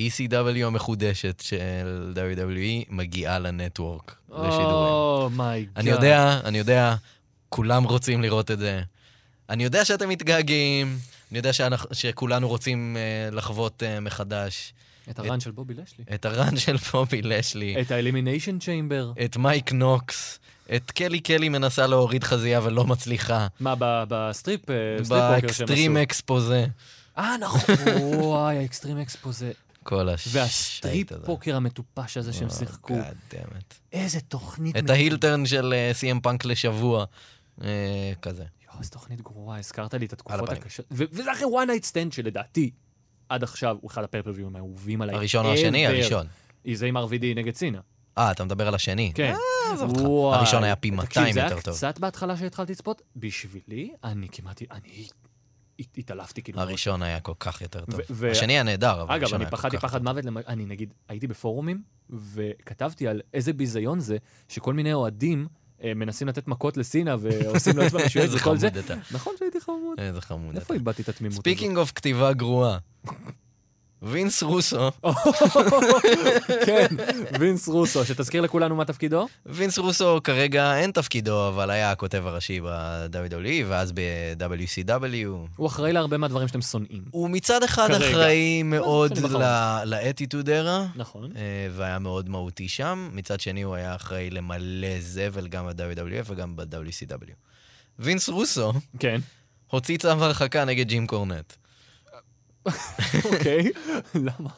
D: ECW המחודשת של WWE מגיעה לנטוורק, לשידורים.
C: או כן. מיי
D: אני יודע, אני יודע, כולם רוצים לראות את זה. אני יודע שאתם מתגעגעים, אני יודע שאנחנו, שכולנו רוצים uh, לחוות uh, מחדש
C: את הרן של בובי לשלי.
D: את הרן של בובי לשלי,
C: את האלימיניישן צ'יימבר.
D: את מייק נוקס, את קלי קלי מנסה להוריד חזייה אבל לא מצליחה,
C: מה, ב- בסטריפ? אה, סטריפ ווקר שהם
D: באקסטרים
C: עשו.
D: אקספוזה,
C: אה, נכון. וואי, האקסטרים אקספו זה...
D: כל השטייט הזה.
C: והסטריפ פוקר המטופש הזה שהם שיחקו.
D: גאדמת.
E: איזה תוכנית...
D: Oh, את ההילטרן של סי.אם פאנק לשבוע, אה, כזה.
C: יואו, איזו תוכנית גרועה, הזכרת לי את
D: על
C: התקופות
D: הפנים.
C: הקשות. ו- וזה אחרי one night stand שלדעתי, עד עכשיו, הוא אחד הפרפריווים האהובים עליי.
D: הראשון או השני?
C: ever.
D: הראשון.
C: זה עם RVD נגד סינה.
D: אה, אתה מדבר על השני?
C: כן.
D: עזוב אה, אותך.
C: וואי.
D: הראשון היה פי
C: תקשיב,
D: 200
C: זה
D: יותר
C: היה
D: טוב.
C: קצת בהתחלה שהתחלתי לצפות, בשבילי, אני כמעט, אני הת- התעלפתי כאילו.
D: הראשון היה כל כך יותר טוב.
C: ו- ו-
D: השני היה נהדר, אבל
C: אגב,
D: הראשון
C: אני
D: היה כל
C: פחדתי
D: כך
C: פחד
D: טוב.
C: מוות, למ- אני נגיד, הייתי בפורומים, וכתבתי על איזה ביזיון זה, שכל מיני אוהדים אה, מנסים לתת מכות לסינה ועושים לו אצבע משועד
D: איזה
C: וכל זה.
D: חמוד אתה.
C: נכון שהייתי חמוד.
D: איזה חמוד
C: איפה
D: אתה.
C: איבדתי את התמימות הזאת?
D: ספיקינג אוף כתיבה גרועה. וינס רוסו,
C: כן, וינס רוסו, שתזכיר לכולנו מה תפקידו?
D: וינס רוסו כרגע אין תפקידו, אבל היה הכותב הראשי ב-WWE, ואז ב-WCW.
C: הוא אחראי להרבה מהדברים שאתם שונאים.
D: הוא מצד אחד
C: כרגע.
D: אחראי מאוד
C: שאני בחר.
D: לאטיטוד ארה,
C: נכון.
D: אה, והיה מאוד מהותי שם. מצד שני, הוא היה אחראי למלא זבל גם ב-WWF וגם ב-WCW. וינס רוסו
C: כן,
D: הוציא צו הרחקה נגד ג'ים קורנט.
C: אוקיי. למה?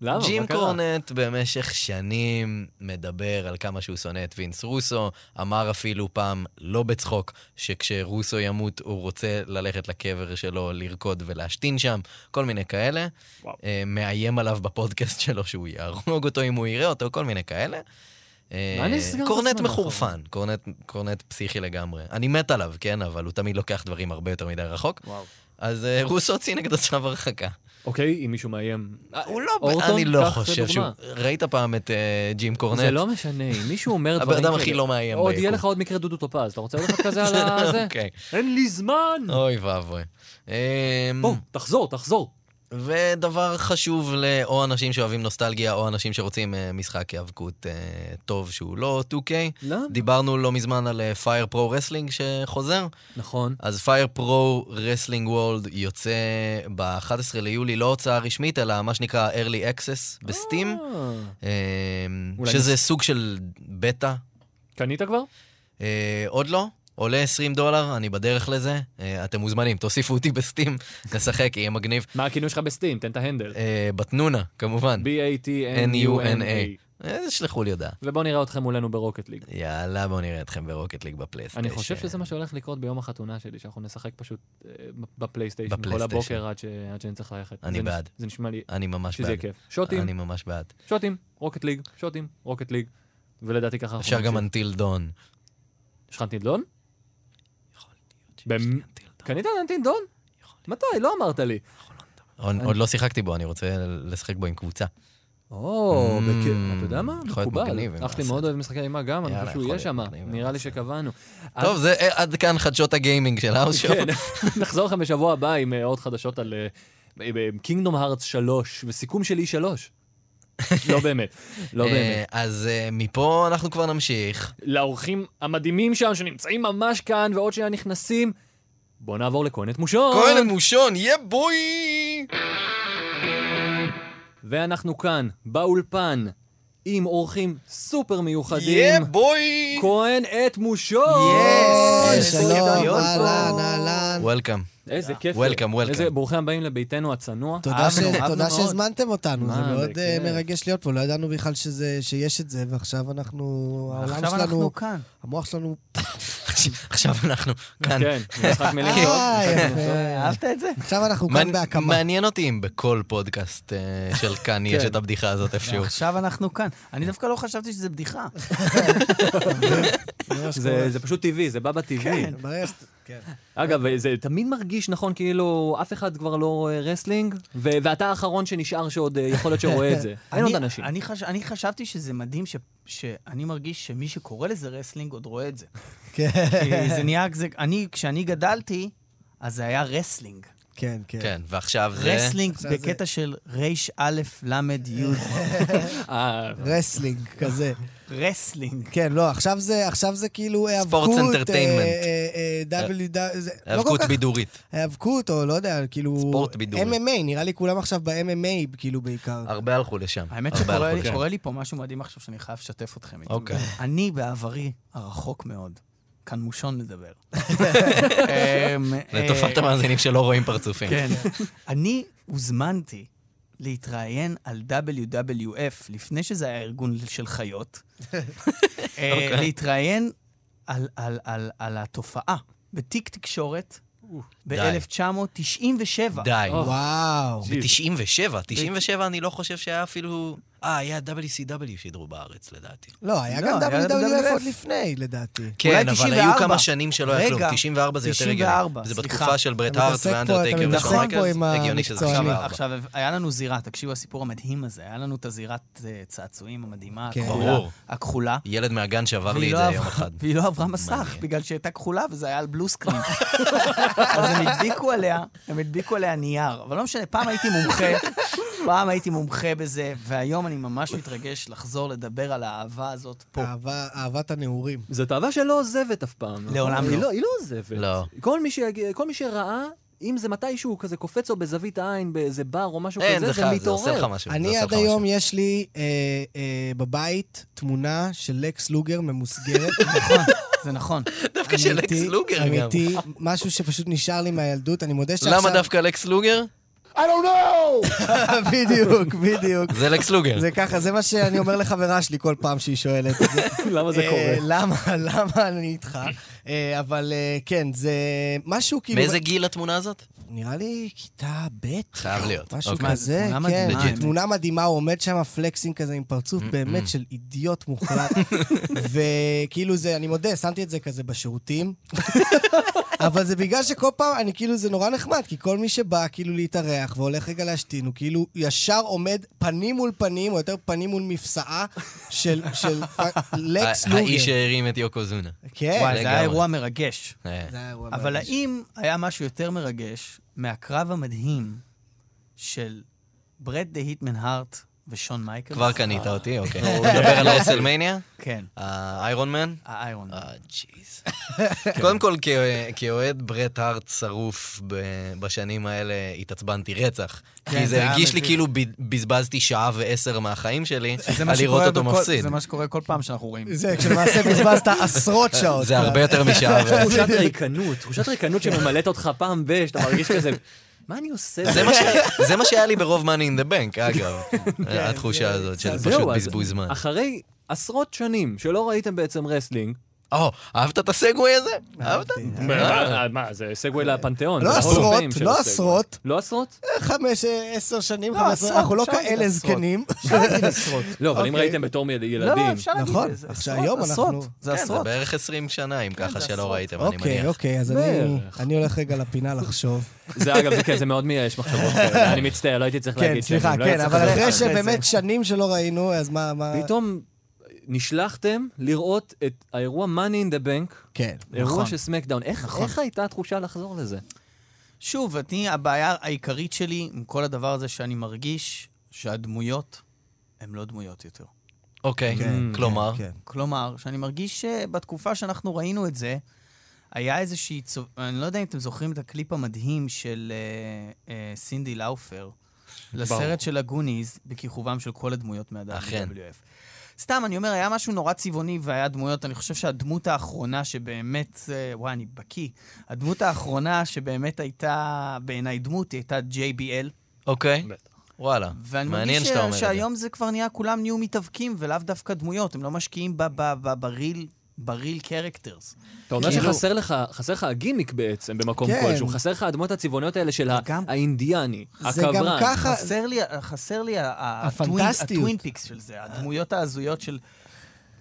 C: למה?
D: ג'ים
C: מה קרה?
D: קורנט במשך שנים מדבר על כמה שהוא שונא את וינס רוסו, אמר אפילו פעם, לא בצחוק, שכשרוסו ימות הוא רוצה ללכת לקבר שלו, לרקוד ולהשתין שם, כל מיני כאלה.
C: וואו.
D: אה, מאיים עליו בפודקאסט שלו שהוא יהרוג אותו אם הוא יראה אותו, כל מיני כאלה. אה,
C: מה נסגר
D: קורנט
C: בזמן האחרון?
D: מחורפן, קורנט, קורנט פסיכי לגמרי. אני מת עליו, כן, אבל הוא תמיד לוקח דברים הרבה יותר מדי רחוק.
C: וואו.
D: אז אה, רוסו הוציא נגדו צו הרחקה.
C: אוקיי, אם מישהו מאיים...
D: הוא לא,
C: אורטון,
D: אני לא
C: קח
D: חושב שהוא...
C: לדוגמה.
D: ראית פעם את אה, ג'ים קורנט?
C: זה לא משנה, אם מישהו אומר
D: הבן
C: דברים...
D: אדם
C: כאלה-
D: הכי לא מאיים
C: עוד
D: ביקום.
C: יהיה לך עוד מקרה דודו טופז, אתה רוצה עוד אחד כזה על הזה?
D: אוקיי.
C: אין לי זמן!
D: אוי ואבוי. אה,
C: בוא, תחזור, תחזור.
D: ודבר חשוב לאו אנשים שאוהבים נוסטלגיה, או אנשים שרוצים אה, משחק היאבקות אה, טוב שהוא לא 2K.
C: למה?
D: דיברנו לא מזמן על פייר פרו רסלינג שחוזר,
C: נכון.
D: אז פייר פרו רסלינג וולד יוצא ב-11 ליולי, לא הוצאה רשמית, אלא מה שנקרא Early Access בסטים,
C: אה,
D: אה,
C: אולי
D: שזה סוג של בטא
C: קנית כבר?
D: אה, עוד לא, עולה 20 דולר, אני בדרך לזה. אה, אתם מוזמנים, תוסיפו אותי בסטים, נשחק, יהיה מגניב.
C: מה הכינוי שלך בסטים? תן את ההנדל.
D: אה, בתנונה, כמובן.
C: B-A-T-N-U-N-A.
D: אה, שלחו לי הודעה.
C: ובואו נראה אתכם מולנו ברוקט ליג.
D: יאללה, בואו נראה אתכם ברוקט ליג בפלייסטיישן.
C: אני חושב שזה מה שהולך לקרות ביום החתונה שלי, שאנחנו נשחק פשוט אה, בפלייסטיישן כל
D: בפלייסטיישן.
C: הבוקר עד ש- עד שאני צריך ללכת.
D: אני
C: זה נש-
D: בעד.
C: זה נשמע לי
D: אני ממש
C: שזה יהיה
D: בעד.
C: כיף. שוטים,
D: אני ממש בעד.
C: שוטים, רוקט ליג, שוטים, רוקט ליג. ולדעתי ככה
D: אפשר גם Until Dawn.
C: יש לך אנטינדון? במ- קנית אנטינדון? מתי? לא אמרת לי.
D: עוד- עוד לא שיחקתי בו, אני רוצה לשחק בו עם קבוצה.
C: או,
D: Mm,
C: בכ- אתה יודע מה?
D: יכול להיות מגניב אם
C: מקובל. אח שלי
D: נעשה את
C: מאוד
D: זה.
C: אוהב משחקי אימה גם, אני
D: יאללה,
C: חושב שהוא
D: יכול
C: יהיה
D: להיות
C: שם.
D: מגניב אם
C: נראה לי
D: נעשה את
C: שקבענו.
D: טוב, זה אה, עד כאן חדשות הגיימינג של האוס שואו.
C: כן, נחזור לכם בשבוע הבא עם אה, עוד חדשות על קינגדום הארץ 3 וסיכום של E3. לא באמת, לא
D: אה,
C: באמת.
D: אז אה, מפה אנחנו כבר נמשיך.
C: לאורחים המדהימים שם שנמצאים ממש כאן ועוד שנייה נכנסים, בואו נעבור לכהנת מושון.
D: כהן מושון, יא בוי!
C: ואנחנו כאן, באולפן, עם אורחים סופר
D: יא
C: מיוחדים.
D: בוי!
C: כהן את מושון!
D: Yes!
C: איזה
D: שלום,
C: כיף להיות פה.
G: אה, אהלן, אהלן.
D: וולקאם.
C: איזה כיף.
D: Welcome, welcome.
C: איזה- ברוכים הבאים לביתנו הצנוע.
G: תודה,
D: אהבנו,
G: ש...
D: אהבנו
G: תודה
D: מאוד.
G: שהזמנתם אותנו, זה
C: מה,
G: מאוד
C: בכיף.
G: אה, מרגש להיות פה, לא ידענו בכלל שזה, שיש את זה, ועכשיו אנחנו, העולם
H: עכשיו
G: שלנו,
H: אנחנו כאן.
G: המוח שלנו
D: עכשיו אנחנו כאן.
E: כן, משחק מילים טוב.
G: אה,
C: כן,
G: יפה.
D: אהבת את זה?
G: עכשיו אנחנו כאן בהקמה.
D: מעניין אותי אם בכל פודקאסט אה, של כאן יש
H: כן.
D: את הבדיחה הזאת איפשהו.
H: עכשיו אנחנו כאן. אני דווקא לא חשבתי שזה בדיחה.
G: זה מה שקורה.
E: זה זה פשוט טבעי, זה בא בטבעי.
G: כן, ברגע שאתה- כן.
E: אגב, זה תמיד מרגיש נכון כאילו אף אחד כבר לא אה, רסלינג, ו- ואתה האחרון שנשאר שעוד אה, יכול להיות שרואה את זה. אין עוד
H: אני-
E: אנשים.
H: אני חש- אני חשבתי שזה מדהים ש- שאני מרגיש שמי שקורא לזה רסלינג עוד רואה את זה.
G: כן,
H: כי זה נהיה, זה- אני, כשאני גדלתי, אז זה היה רסלינג.
G: כן, כן.
D: כן, ועכשיו זה...
H: רסלינג
G: עכשיו
H: בקטע של ר"א ל"ד י'
E: אה,
G: רסלינג כזה.
H: רסלינג.
G: כן, לא, עכשיו זה, עכשיו זה כאילו היאבקות...
D: entertainment.
G: אה, אה, אה, WW, זה לא כל
D: האבקות
G: כך
D: בידורית.
G: היאבקות, או לא יודע, כאילו...
D: ספורט בידורי.
G: MMA, נראה לי כולם עכשיו ב-MMA, כאילו, בעיקר.
D: הרבה הלכו לשם.
H: האמת
D: הרבה
H: שקורה
D: הלכו
H: לי-
D: לשם.
H: קורה לי פה משהו מדהים עכשיו שאני חייב לשתף אתכם איתו.
D: אוקיי.
H: אני בעברי הרחוק מאוד. כאן מושון מדבר. אמ,
D: לטובת
H: אה,
D: המאזינים שלא רואים פרצופים.
H: כן. אני הוזמנתי להתראיין על WWF, לפני שזה היה ארגון של חיות, אה, להתראיין על- על- על על התופעה בתיק תקשורת ב-1997.
D: די.
G: וואו.
D: ב-97, 97 אני לא חושב שהיה אפילו... אה, היה WCW שידרו בארץ, לדעתי.
G: לא, היה
H: לא,
G: גם
H: היה
G: WWF עוד
H: WWF.
G: לפני, לדעתי.
D: כן, אבל היו
H: 94.
D: כמה שנים שלא היה כלום.
H: רגע,
D: 94 זה יותר הגיוני.
H: 94,
D: זה
H: סליחה.
D: בתקופה של ברט
G: אתה
D: הארט
G: מתעסק פה- אתה
D: ואנדרטייקר
G: מתעסק
D: ושון מייקלס.
G: פה עם
D: הגיוני שזה
G: המקצוענים.
H: עכשיו,
D: 94.
H: עכשיו, היה לנו זירה, תקשיבו, הסיפור המדהים הזה, היה לנו את הזירת אה, צעצועים המדהימה,
G: כן.
H: הכחולה-
D: ברור.
H: הכחולה.
D: ילד מהגן שבר לי
H: והיא
D: את
H: לא
D: זה יום
H: עברה-
D: אחד.
H: והיא לא עברה מסך,
D: מעניין.
H: בגלל שהיא הייתה כחולה וזה היה על בלו סקרין. אז הם הדביקו עליה, הם הדביקו עליה נייר. אבל לא משנה, פעם הייתי מומחה, פעם הייתי מומחה בזה, והיום אני ממש מתרגש לחזור לדבר על האהבה הזאת פה.
G: אהבה- אהבת הנעורים.
E: זאת אהבה שלא עוזבת אף פעם. נכון?
H: לעולם
E: היא
H: לא.
E: היא לא עוזבת.
D: לא.
E: כל מי, שיגיע, כל מי שראה, אם זה מתישהו כזה קופץ לו בזווית העין באיזה בר או משהו
D: אין,
E: כזה,
D: כן, זה
E: זה
D: חד, זה עושה לך
E: מתעורר.
D: משהו. זה
G: אני
D: עושה
G: עד
D: לך משהו.
G: היום, יש לי אה, אה, בבית תמונה של לקס לוגר ממוסגרת.
H: נכון, זה נכון.
D: דווקא של לקס
G: אמיתי,
D: לוגר גם.
G: אמיתי, משהו שפשוט נשאר לי מהילדות, אני מודה שעכשיו...
D: למה דווקא לקס לוגר?
G: בדיוק, בדיוק.
D: זה לקס לוגר.
G: זה ככה, זה מה שאני אומר לחברה שלי כל פעם שהיא שואלת את זה.
E: למה זה
G: אה,
E: קורה?
G: למה, למה אני איתך? אה, אבל אה, כן, זה משהו כאילו...
D: מאיזה גיל התמונה הזאת?
G: נראה לי כיתה ב'.
D: חייב להיות.
G: משהו
D: אוקיי.
H: מה,
G: כזה,
H: זה תמונה
G: כן.
H: מדהימה,
G: תמונה מדהימה, הוא עומד שם פלקסינג כזה עם פרצוף באמת של אידיוט מוחלט. וכאילו זה, אני מודה, שמתי את זה כזה בשירותים. אבל זה בגלל שכל פעם, אני כאילו, זה נורא נחמד, כי כל מי שבא כאילו להתארח והולך רגע להשתין, הוא כאילו ישר עומד פנים מול פנים, או יותר פנים מול מפסעה של של פ- לקס
D: ה-
G: לוגר.
D: האיש שהרים את יוקוזונה.
G: כן.
H: וואי, זה היה
D: לגמרי.
H: אירוע מרגש.
D: אה,
G: זה היה אירוע
H: אבל
G: מרגש.
H: האם היה משהו יותר מרגש מהקרב המדהים של ברד דה היטמן הארט ושון מייקלס?
D: כבר קנית אותי, אוקיי. נדבר על האוסלמניה?
H: כן,
D: האיירון מן?
H: האיירון.
D: אה, ג'יז. קודם כל, כ- כאוהד ברט הארט שרוף ב- בשנים האלה, התעצבנתי רצח. כי
H: זה
D: זה
H: היה
D: הרגיש לי
H: מביך.
D: כאילו ב- בזבזתי שעה ועשר מהחיים שלי
H: זה מה
D: על לראות
H: שקורה
D: אותו
H: בכל-
D: מפסיד.
H: זה מה שקורה כל פעם שאנחנו רואים.
G: זה, כשלמעשה בזבזת עשרות שעות.
D: זה הרבה יותר משעה ועשר.
E: תחושת ריקנות, תחושת ריקנות שממלאת אותך פעם ב... שאתה מרגיש כזה, מה אני עושה?
D: זה מה ש- זה מה שהיה לי ברוב money in the bank, אגב. התחושה הזאת
C: כן.
D: של
E: זהו,
D: פשוט
E: אז
D: בזבוז זמן.
E: אחרי עשרות שנים שלא ראיתם בעצם רסלינג,
D: או, אהבת את הסגווי הזה? אהבת? כן,
C: מה,
E: מה, זה סגווי לפנתיאון.
G: אה. לא
E: זה
G: עשרות,
E: הול אוף פיים של
G: לא
E: הסגווי.
G: עשרות.
E: אה. לא עשרות?
G: חמש, אה, עשר שנים,
H: לא,
G: חמש עשרה,
H: עשרות,
G: אנחנו לא
H: אפשר להגיד
G: כאלה
H: עשרות.
G: זקנים.
E: לא, אבל אם
G: אוקיי.
E: ראיתם בתור יל-
H: לא,
E: ילדים.
H: לא, אפשר להגיד,
G: נכון,
H: זה
G: עכשיו
H: עשרות,
G: היום אנחנו-
H: עשרות, זה
D: כן, זה
H: עשרות.
D: בערך 20 שנה, אם ככה,
H: זה
D: שלא
H: עשרות.
D: ראיתם, אני
G: אוקיי,
D: מניח.
G: אוקיי, אז אני- אני הולך רגע לפינה לחשוב.
E: זה אגב, זה כן, זה מאוד מייאש מחשבות כאלה. אני מצטער, לא הייתי צריך
G: כן,
E: להגיד
G: סליחה,
E: שאני לא
G: כן,
E: הייתי
G: אבל אה,
E: צריך
G: אחרי
E: להגיד.
G: שבאמת שנים שלא ראינו, אז מה, מה...
E: פתאום נשלחתם לראות את האירוע Money in the Bank,
G: כן.
E: אירוע
H: נכון.
E: של סמקדאון. איך איך הייתה התחושה לחזור לזה?
H: שוב, אני, הבעיה העיקרית שלי עם כל הדבר הזה שאני מרגיש שהדמויות הן לא דמויות יותר.
D: אוקיי,
G: כן,
D: כלומר,
G: כן.
H: כלומר, שאני מרגיש שבתקופה שאנחנו ראינו את זה, היה איזושהי צו... אני לא יודע אם אתם זוכרים את הקליפ המדהים של אה, אה, סינדי לאופר, לסרט של הגוניז, בכיכובם של כל הדמויות
D: אכן.
H: מה-WF. סתם, אני אומר, היה משהו נורא צבעוני והיה דמויות, אני חושב שהדמות האחרונה שבאמת, אה, וואי, אני בקיא, הדמות האחרונה שבאמת הייתה בעיניי דמות, היא הייתה JBL.
D: אוקיי. וואלה,
H: ואני
D: מעניין
H: מרגיש ש-
D: שאתה אומר את זה.
H: שהיום זה כבר נהיה, כולם נהיו מתאבקים ולאו דווקא דמויות, הם לא משקיעים ב- ב- ב- בריל בריל קרקטרס.
E: אתה אומר
G: כאילו-
E: שחסר לך, חסר לך הגימיק בעצם במקום
G: כן.
E: כלשהו, חסר לך הדמות הצבעוניות האלה של ה-
H: גם-
E: האינדיאני,
G: זה גם
E: הקברן.
G: ככה...
H: חסר לי, חסר לי ה- ה-
G: הפנטסטיות.
H: הטווין פיקס של זה, הדמויות ההזויות של...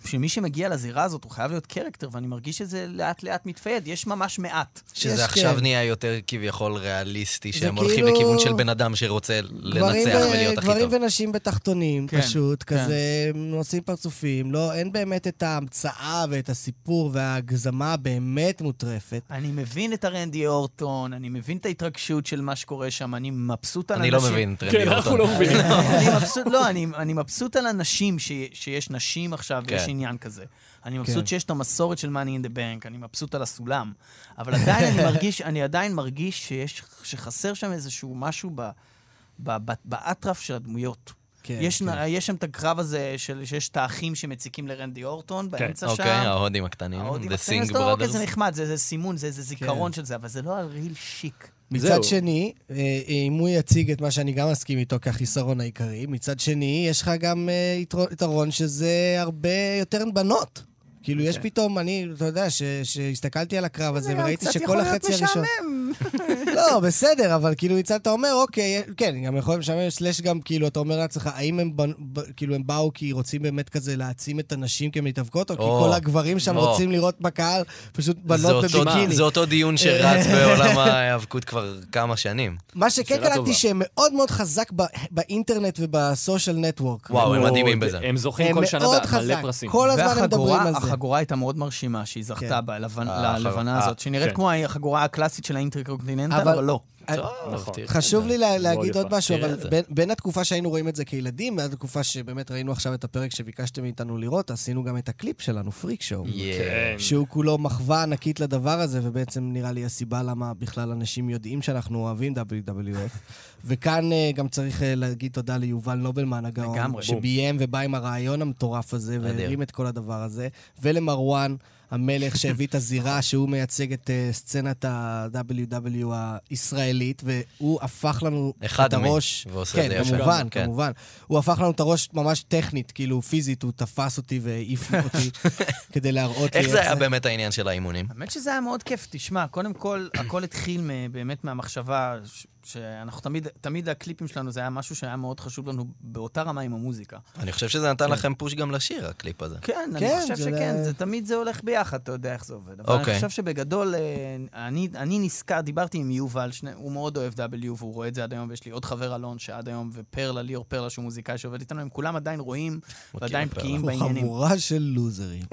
H: שמי שמגיע לזירה הזאת, הוא חייב להיות קרקטר, ואני מרגיש שזה לאט-לאט מתפייד, יש ממש מעט.
G: יש,
D: שזה עכשיו
G: כן.
D: נהיה יותר כביכול ריאליסטי,
G: זה
D: שהם הולכים
G: כאילו-
D: לכיוון של בן אדם שרוצה
G: גברים
D: לנצח
G: ו-
D: ולהיות הכי
G: גברים
D: טוב.
G: ונשים בתחתונים,
H: כן,
G: פשוט,
H: כן.
G: כזה, הם עושים פרצופים, לא, אין באמת את ההמצאה ואת הסיפור וההגזמה הבאמת מוטרפת.
H: אני מבין את הרנדי אורטון, אני מבין את ההתרגשות של מה שקורה שם, אני מבסוט על
D: אני
H: אנשים.
D: לא מבין את
C: כן,
D: רנדי
C: אנחנו
D: אורטון.
C: לא מבינים.
H: אני מבסוט, לא, אני, אני מבסוט על הנשים, ש, שיש נשים עכשיו,
D: כן.
H: ויש עניין כזה. אני מבסוט
G: כן.
H: שיש את המסורת של מאני אין דה בנק, אני מבסוט על הסולם. אבל עדיין אני מרגיש, אני עדיין מרגיש שיש, שחסר שם איזשהו משהו ב, ב, ב, באטרף של הדמויות.
G: כן,
H: יש,
G: כן.
H: נ- יש שם את הקרב הזה, של, שיש את האחים שמציקים לרנדי אורטון באמצע שם.
D: אוקיי, ההודים הקטנים,
H: ההודים
D: The
H: הקטנים, אז
D: Sing
H: אתה אומר, אוקיי,
D: Brothers.
H: זה נחמד, זה זה סימון,
G: כן.
H: זה זה זיכרון של זה, אבל זה לא הריל שיק.
G: מצד
E: זהו.
G: שני, אה, אם הוא יציג את מה שאני גם מסכים איתו כחיסרון העיקרי, מצד שני, יש לך גם אה, יתרו- יתרון שזה הרבה יותר בנות. כאילו,
D: כן.
G: יש פתאום, אני, אתה יודע, ש- שהסתכלתי על הקרב הזה וראיתי שכל החצי הראשון... לא, בסדר, אבל כאילו מצד אתה אומר, אוקיי, כן, גם יכול להיות משעמם, סלש גם כאילו, אתה אומר לעצמך, האם הם, בנ- ב- כאילו, הם באו כי רוצים באמת כזה להעצים את הנשים כמתאבקות, או כי
D: או,
G: כל הגברים שם
D: או.
G: רוצים לראות בקהל פשוט
D: זה
G: בנות
D: אותו-
G: בביקיני?
D: זה אותו דיון שרץ בעולם ההיאבקות כבר כמה שנים.
G: מה שכן
E: שאלה טובה.
G: קלטתי שהם מאוד מאוד חזק ב- באינטרנט ובסושיאל נטוורק.
D: וואו, הם
C: מאוד.
D: מדהימים בזה.
C: הם זוכים כל שנה
G: מאוד
C: במלא
G: חזק,
C: פרסים.
G: כל הזמן הם מדברים
H: והחגורה,
G: על זה.
H: החגורה הייתה מאוד מרשימה שהיא זכתה
G: כן.
H: בה, לבנ-
D: אה,
H: ללבנה
D: החג-
H: הזאת,
D: אה,
H: שנראית
C: כן.
H: כמו החגורה הקלאסית של האינטרקונטיננטל,
G: אבל- אה,
H: אבל לא.
D: טוב,
C: נכון.
D: תראה.
G: חשוב לי לה- להגיד
C: יפה.
G: עוד משהו,
D: תראה
G: אבל
D: את זה.
G: בין- בין התקופה שהיינו רואים את זה כילדים, ועד התקופה שבאמת ראינו עכשיו את הפרק שביקשתם מאיתנו לראות, עשינו גם את הקליפ שלנו, פריק שואו.
D: Yeah.
G: שהוא כולו מחווה ענקית לדבר הזה, ובעצם נראה לי הסיבה למה בכלל אנשים יודעים שאנחנו אוהבים WWF. וכאן אה, גם צריך אה, להגיד תודה ליובל נובלמן הגאון,
H: לגמרי.
G: שביים ובא עם הרעיון המטורף הזה,
D: אדיר.
G: והרים את כל הדבר הזה, ולמרואן המלך שהביא את הזירה, שהוא מייצג את אה, סצנת ה-WW הישראלית, והוא הפך לנו
D: אחד
G: את
D: מי,
G: הראש...
D: ועושה את
G: כן,
D: זה יפה.
G: כמובן,
D: כן.
G: כמובן. הוא הפך לנו את הראש ממש טכנית, כאילו פיזית, הוא תפס אותי והעיף אותי כדי להראות לי
D: איך זה היה באמת העניין של האימונים?
H: האמת שזה היה מאוד כיף, תשמע, קודם כל, הכל התחיל מ- באמת מהמחשבה, ש- שאנחנו תמיד, תמיד הקליפים שלנו זה היה משהו שהיה מאוד חשוב לנו באותה רמה עם המוזיקה.
D: אני חושב שזה נתן לכם פוש גם לשיר, הקליפ הזה.
H: כן, אני
G: כן,
H: חושב
G: זה-
H: שכן, זה תמיד זה הולך ביחד, אתה יודע איך זה עובד. אבל אני
D: אוקיי.
H: חושב שבגדול, אה, אני אני נזכר, דיברתי עם יובל, שני- הוא מאוד אוהב W, והוא רואה את זה עד היום, ויש לי עוד חבר אלון שעד היום, ופרלה, ליאור פרלה, שהוא מוזיקאי שעובד איתנו, הם כולם עדיין רואים ועדיין
D: פרלה.
H: בקיאים
G: אנחנו
H: בעניינים.
G: חבורה של לוזרים.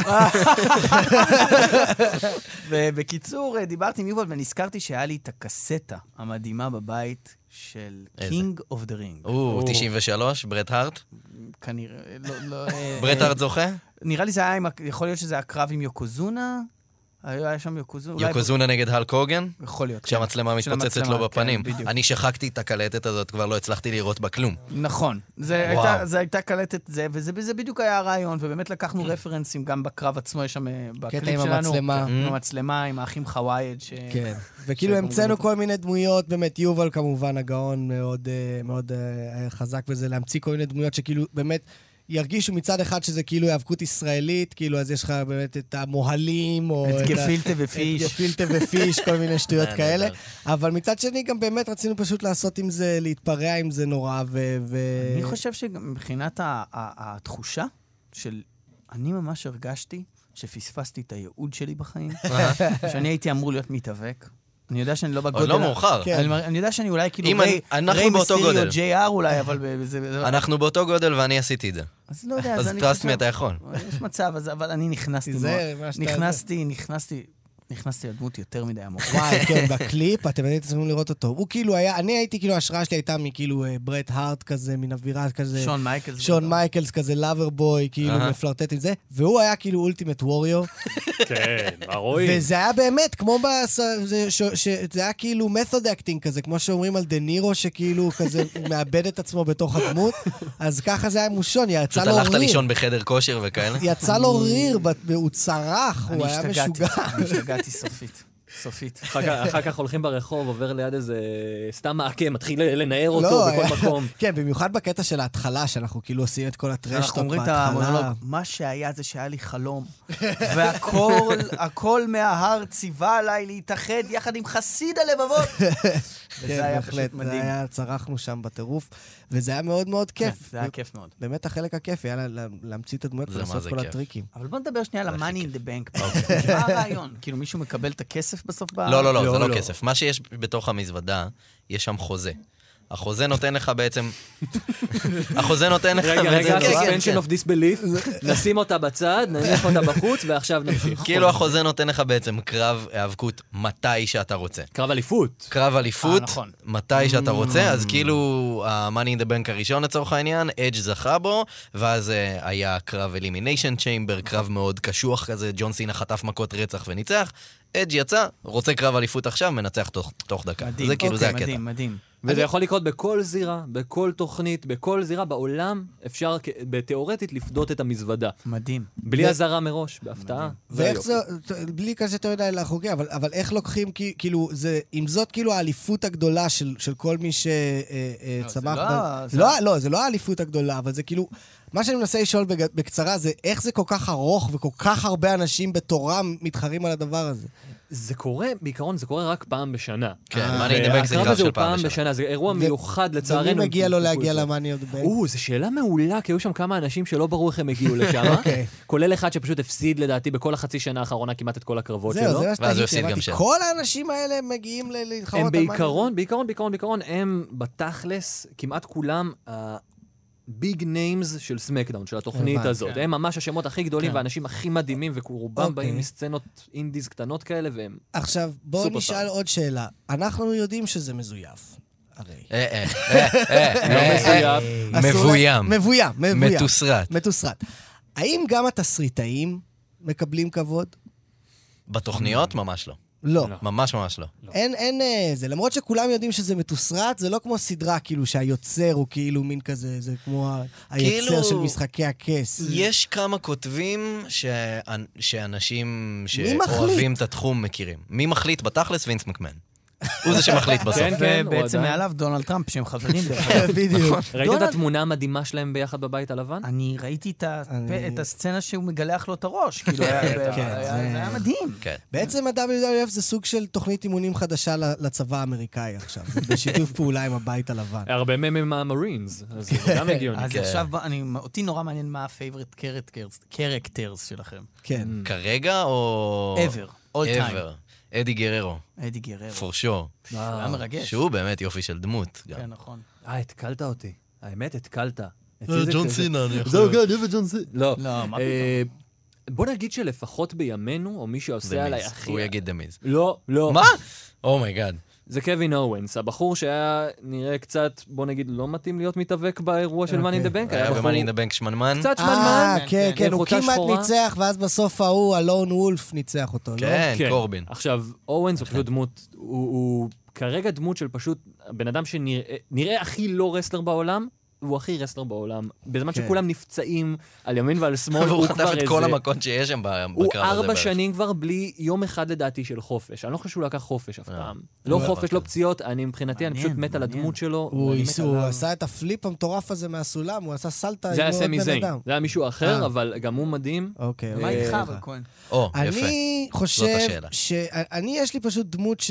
H: ובקיצור, אה, דיברתי עם יובל ונזכרתי שהיה לי את הקסטה המדהימה בבית של
D: איזה?
H: King of the Ring.
D: או, 93, ברט הארט?
H: אה, כנראה, לא, לא... אה,
D: ברט
H: אה,
D: הארט זוכה?
H: נראה לי זה היה עם, ה- יכול להיות שזה היה קרב עם יוקוזונה? היה שם יוקוזונה? אולי-
D: יוקוזונה נגד הלק הוגן?
H: יכול להיות. כן.
D: כשהמצלמה
H: של
D: מתפוצצת
H: המצלמה,
D: לו בפנים.
H: כן, בדיוק.
D: אני שחקתי את הקלטת הזאת, כבר לא הצלחתי לראות בה כלום.
H: נכון. זה
D: וואו.
H: הייתה, זה הייתה קלטת זה, וזה זה בדיוק היה הרעיון, ובאמת לקחנו רפרנסים גם בקרב עצמו, יש שם אה, בקליפ
G: קטע
H: שלנו. כן,
G: עם המצלמה.
D: Mm.
H: עם המצלמה, עם האחים אה, חווייד, ש...
G: כן. וכאילו
H: שהם אומרים
G: המצאנו
H: אותו.
G: כל מיני דמויות, באמת, יובל כמובן, הגאון מאוד, אה, מאוד אה, היה חזק בזה, להמציא כל מיני דמויות שכאילו באמת ירגישו מצד אחד שזה כאילו היאבקות ישראלית, כאילו אז יש לך באמת את המוהלים, או
H: את
G: ה-
H: גפילטה
G: את
H: ופיש.
G: גפילטה ופיש, כל מיני שטויות
D: אה,
G: כאלה.
D: נהדר.
G: אבל מצד שני, גם באמת רצינו פשוט לעשות עם זה, להתפרע עם זה נורא, ו... ו-
H: אני חושב שמבחינת ה- ה- התחושה של... אני ממש הרגשתי שפספסתי את הייעוד שלי בחיים, שאני הייתי אמור להיות מתאבק. אני יודע שאני לא בגודל...
D: עוד לא
H: ה-
D: מאוחר.
G: כן.
H: אני מר- אני יודע שאני אולי כאילו
D: אם
H: ריי-
D: אני- אנחנו
H: ריי
D: באותו
H: מיסטריו,
D: גודל.
H: JR אולי, אבל ב- זה- לא- זה-
D: אנחנו באותו גודל ואני עשיתי את זה.
H: אז לא יודע,
D: אז
H: אני
D: trust
H: חושב-
D: me, אתה יכול.
H: יש מצב, אז- אבל אני נכנסתי
G: תיזהר,
H: מאוד.
G: מה שאתה-
H: נכנסתי, נכנסתי, נכנסתי לדמות יותר מדי עמוק.
G: וואי, כן, בקליפ, אתם הייתם צריכים לראות אותו. הוא כאילו היה, אני הייתי, כאילו, ההשראה שלי הייתה מכאילו אה, ברט הארט כזה, מן אווירה כזה,
H: שון מייקלס. לא-
G: שון מייקלס כזה, לאבר בוי, כאילו,
D: אהה.
G: מפלרטט עם זה, והוא היה כאילו אולטימט ווריור,
C: כן, מה רואים?
G: וזה היה באמת, כמו בס... זה ש- ש- זה היה כאילו מתוד אקטינג כזה, כמו שאומרים על דה נירו, שכאילו, הוא כזה מאבד את עצמו בתוך הדמות, אז ככה זה היה עם שון,
D: פשוט
H: לא
G: יצא לו
D: הלכת
G: ריר.
D: לישון בחדר כושר וכאלה?
G: יצא לו ריר, בת- הוא צרח, הוא היה משוגע.
H: אני השתגעתי סופית. סופית.
C: אחר כך- אחר כך הולכים ברחוב, עובר ליד איזה סתם מעקה, מתחיל לנער אותו
G: לא,
C: בכל מקום.
G: כן, במיוחד בקטע של ההתחלה, שאנחנו כאילו עושים את כל הטרשטות
H: אנחנו אומרים את
G: בהתחלה.
H: המונולוג, מה שהיה זה שהיה לי חלום, והכל, הכל מההר ציווה עליי להתאחד יחד עם חסיד הלבבות. וזה היה פשוט
G: כן, זה
H: מדהים.
G: היה, צרחנו שם בטירוף, וזה היה מאוד מאוד כיף.
H: כן, זה היה כיף מאוד.
G: באמת החלק הכיפי, היה לה- לה- להמציא את הדמויות
D: זה מה
G: ולעשות
D: זה
G: כל
D: כיף.
G: הטריקים.
H: אבל בוא נדבר שנייה על
D: זה הכי
H: ה-money in the bank. מה הרעיון? כאילו מישהו מקבל את הכסף בסוף? ב-
D: לא, לא, לא, זה לא כסף. מה שיש בתוך המזוודה, יש שם חוזה. החוזה נותן לך בעצם... החוזה נותן לך
C: רגע, רגע,
D: בעצם... כן, כן,
C: suspension
D: כן.
C: of disbelief, נשים אותה בצד, נניח אותה בחוץ, ועכשיו נמשיך. נכון.
D: כאילו החוזה נותן לך בעצם קרב היאבקות מתי שאתה רוצה.
C: קרב אליפות.
D: קרב אליפות,
H: אה, נכון.
D: מתי שאתה רוצה, אז כאילו ה-Money in the Bank הראשון לצורך העניין, אדג' זכה בו, ואז אה, היה קרב אלימיניישן צ'יימבר, קרב מאוד קשוח כזה, ג'ון סינה חטף מכות רצח וניצח, אדג' יצא, רוצה קרב אליפות עכשיו, מנצח תוך- תוך דקה.
H: מדהים,
D: זה כאילו, זה
H: אוקיי,
D: הקטע.
H: מדהים, מדהים.
C: וזה יכול לקרות בכל זירה, בכל תוכנית, בכל זירה בעולם, אפשר כ- בתיאורטית לפדות את המזוודה.
H: מדהים.
C: בלי אזהרה מראש, בהפתעה.
G: ואיך זה, בלי כזה יותר מדי לחוקים, אבל, אבל איך לוקחים, כי- כאילו, זה, אם זאת כאילו האליפות הגדולה של, של כל מי אה,
H: לא,
G: שצמח...
H: זה לא ה- זה-
G: לא, לא, זה לא האליפות הגדולה, אבל זה כאילו... מה שאני מנסה לשאול בג- בקצרה זה איך זה כל כך ארוך וכל כך הרבה אנשים בתורם מתחרים על הדבר הזה.
C: זה קורה, בעיקרון זה קורה רק פעם בשנה.
D: כן,
G: אה,
D: Money in the Bank זה
C: הקרב
D: קרב
C: הזה
D: של
C: הוא
D: פעם בשנה.
C: בשנה, זה אירוע
G: ו-
C: מיוחד לצערנו.
G: ומי מגיע לו
C: הם חילקו
G: להגיע
C: את זה.
G: למאני עוד בן?
C: או, זו שאלה מעולה, כי היו שם כמה אנשים שלא ברור איך הם הגיעו לשם,
G: אוקיי.
C: כולל אחד שפשוט הפסיד לדעתי בכל החצי שנה האחרונה כמעט את כל הקרבות
G: זהו,
C: שלו.
G: זה מה
D: ואז הוא
G: שתגידי,
D: הפסיד גם
G: אמרתי,
D: שם.
G: כל האנשים האלה הם מגיעים ל- להתחרות
C: הם
G: על מאני
C: בעיקרון, בעיקרון, בעיקרון, בעיקרון, הם בתכלס, כמעט כולם, הביג ניימס של סמקדאון, של התוכנית
G: הבנתי.
C: הזאת.
H: כן.
C: הם ממש השמות הכי גדולים
H: כן.
C: והאנשים הכי מדהימים, ורובם באים
G: אוקיי.
C: מסצנות אינדיז קטנות כאלה, והם...
G: עכשיו, בואו
C: סופר
G: נשאל
C: פאנל.
G: עוד שאלה. אנחנו יודעים שזה מזויף, הרי.
D: אה, אה, אה, אה, אה, אה,
C: מזויף.
G: אסור לה-
D: מבוים,
G: מבוים, מבוים.
D: מתוסרט.
G: מתוסרט. האם גם התסריטאים מקבלים כבוד?
D: בתוכניות ממש לא.
G: לא.
D: ממש ממש לא.
G: אין, אין אה, זה. למרות שכולם יודעים שזה מתוסרט, זה לא כמו סדרה, כאילו, שהיוצר הוא כאילו מין כזה, זה כמו ה-
D: כאילו-
G: היוצר של משחקי הכס.
D: יש כמה כותבים שאנ- שאנשים
G: מי מחליט?
D: שאוהבים את התחום מכירים. מי מחליט בתכלס? וינס מקמן. הוא זה שמחליט בסוף.
C: כן, כן, הוא
H: אוקיי, ובעצם
C: עדיין-
H: מעליו דונלד טראמפ, שהם חברים דרך אגב.
G: בדיוק.
C: ראית את
H: דונלד-
C: התמונה המדהימה שלהם ביחד בבית הלבן?
H: אני ראיתי את ה-
G: אני-
H: את הסצנה שהוא מגלח לו את הראש, כאילו, היה-
G: כן,
H: היה-
G: זה-
H: זה היה מדהים.
D: כן.
G: בעצם ה-WWF זה סוג של תוכנית אימונים חדשה ל- לצבא האמריקאי עכשיו, זה בשיתוף פעולה עם הבית הלבן.
C: אה, הרבה מהם הם המרינס, אז זה גם הגיוני.
H: אז
D: כן.
H: עכשיו, בוא- אני- אותי נורא מעניין מה הפייבוריט קרקטרס שלכם.
G: כן.
D: כרגע או...
H: ever, all time.
D: ever. אדי גררו,
H: אדי גררו.
D: for sure.
H: היה
C: אה,
H: מרגש.
D: שהוא באמת יופי של דמות. גם.
H: כן, נכון.
C: אה, התקלת אותי. האמת, התקלת.
D: אני
C: זהו, כן, אה, אני וג'ון סינה. לא.
H: לא, מה
C: אה, בוא נגיד שלפחות בימינו, או מי שעושה עליי הכי...
D: הוא יגיד דמיז.
C: לא, לא.
D: מה? Oh אומייגאד.
C: זה קווין אורנס, הבחור שהיה נראה קצת, בוא נגיד, לא מתאים להיות מתאבק באירוע של מאני דה בנק.
D: היה ב-Money in the Bank שמנמן.
C: כן, קצת
G: אה,
C: שמנמן.
G: כן,
H: כן,
G: כן, הוא
C: חולצה
G: כמעט
C: שחורה.
G: ניצח, ואז בסוף ההוא, הלון וולף ניצח אותו, לא?
D: כן, קורבין.
C: עכשיו, אורנס
D: אוקיי.
C: הוא פשוט דמות, הוא- הוא כרגע דמות של פשוט בן אדם שנראה נראה הכי לא רסלר בעולם. הוא הכי רסלר בעולם, בזמן
G: כן.
C: שכולם נפצעים על ימין ועל שמאל,
D: והוא
C: הוא
D: חטף
C: כבר
D: את כל
C: איזה...
D: המכות שיש שם ב- בקרב הזה.
C: הוא ארבע
D: בערך.
C: שנים כבר בלי יום אחד לדעתי של חופש. אני לא חושב שהוא לקח חופש אף
D: אה.
C: פעם. לא
D: לא
C: חופש,
D: הבנתי.
C: לא פציעות, אני מבחינתי, אני
H: מעניין,
C: פשוט מת על
H: מעניין.
C: הדמות שלו.
G: הוא
C: ואני מת
G: עשה- הוא
C: עליו.
G: עשה את הפליפ המטורף הזה מהסולם, הוא עשה סלטה
C: זה
G: עם
C: היה
G: עוד
C: סמי
G: בן
C: זיין.
G: אדם.
C: זה היה מישהו אחר,
G: אה.
C: אבל גם הוא מדהים.
G: אוקיי,
H: מה
G: אוקיי.
H: איתך, אבל כהן?
D: או, יפה.
G: אני חושב
D: השאלה.
G: ש... אני, יש לי פשוט דמות ש...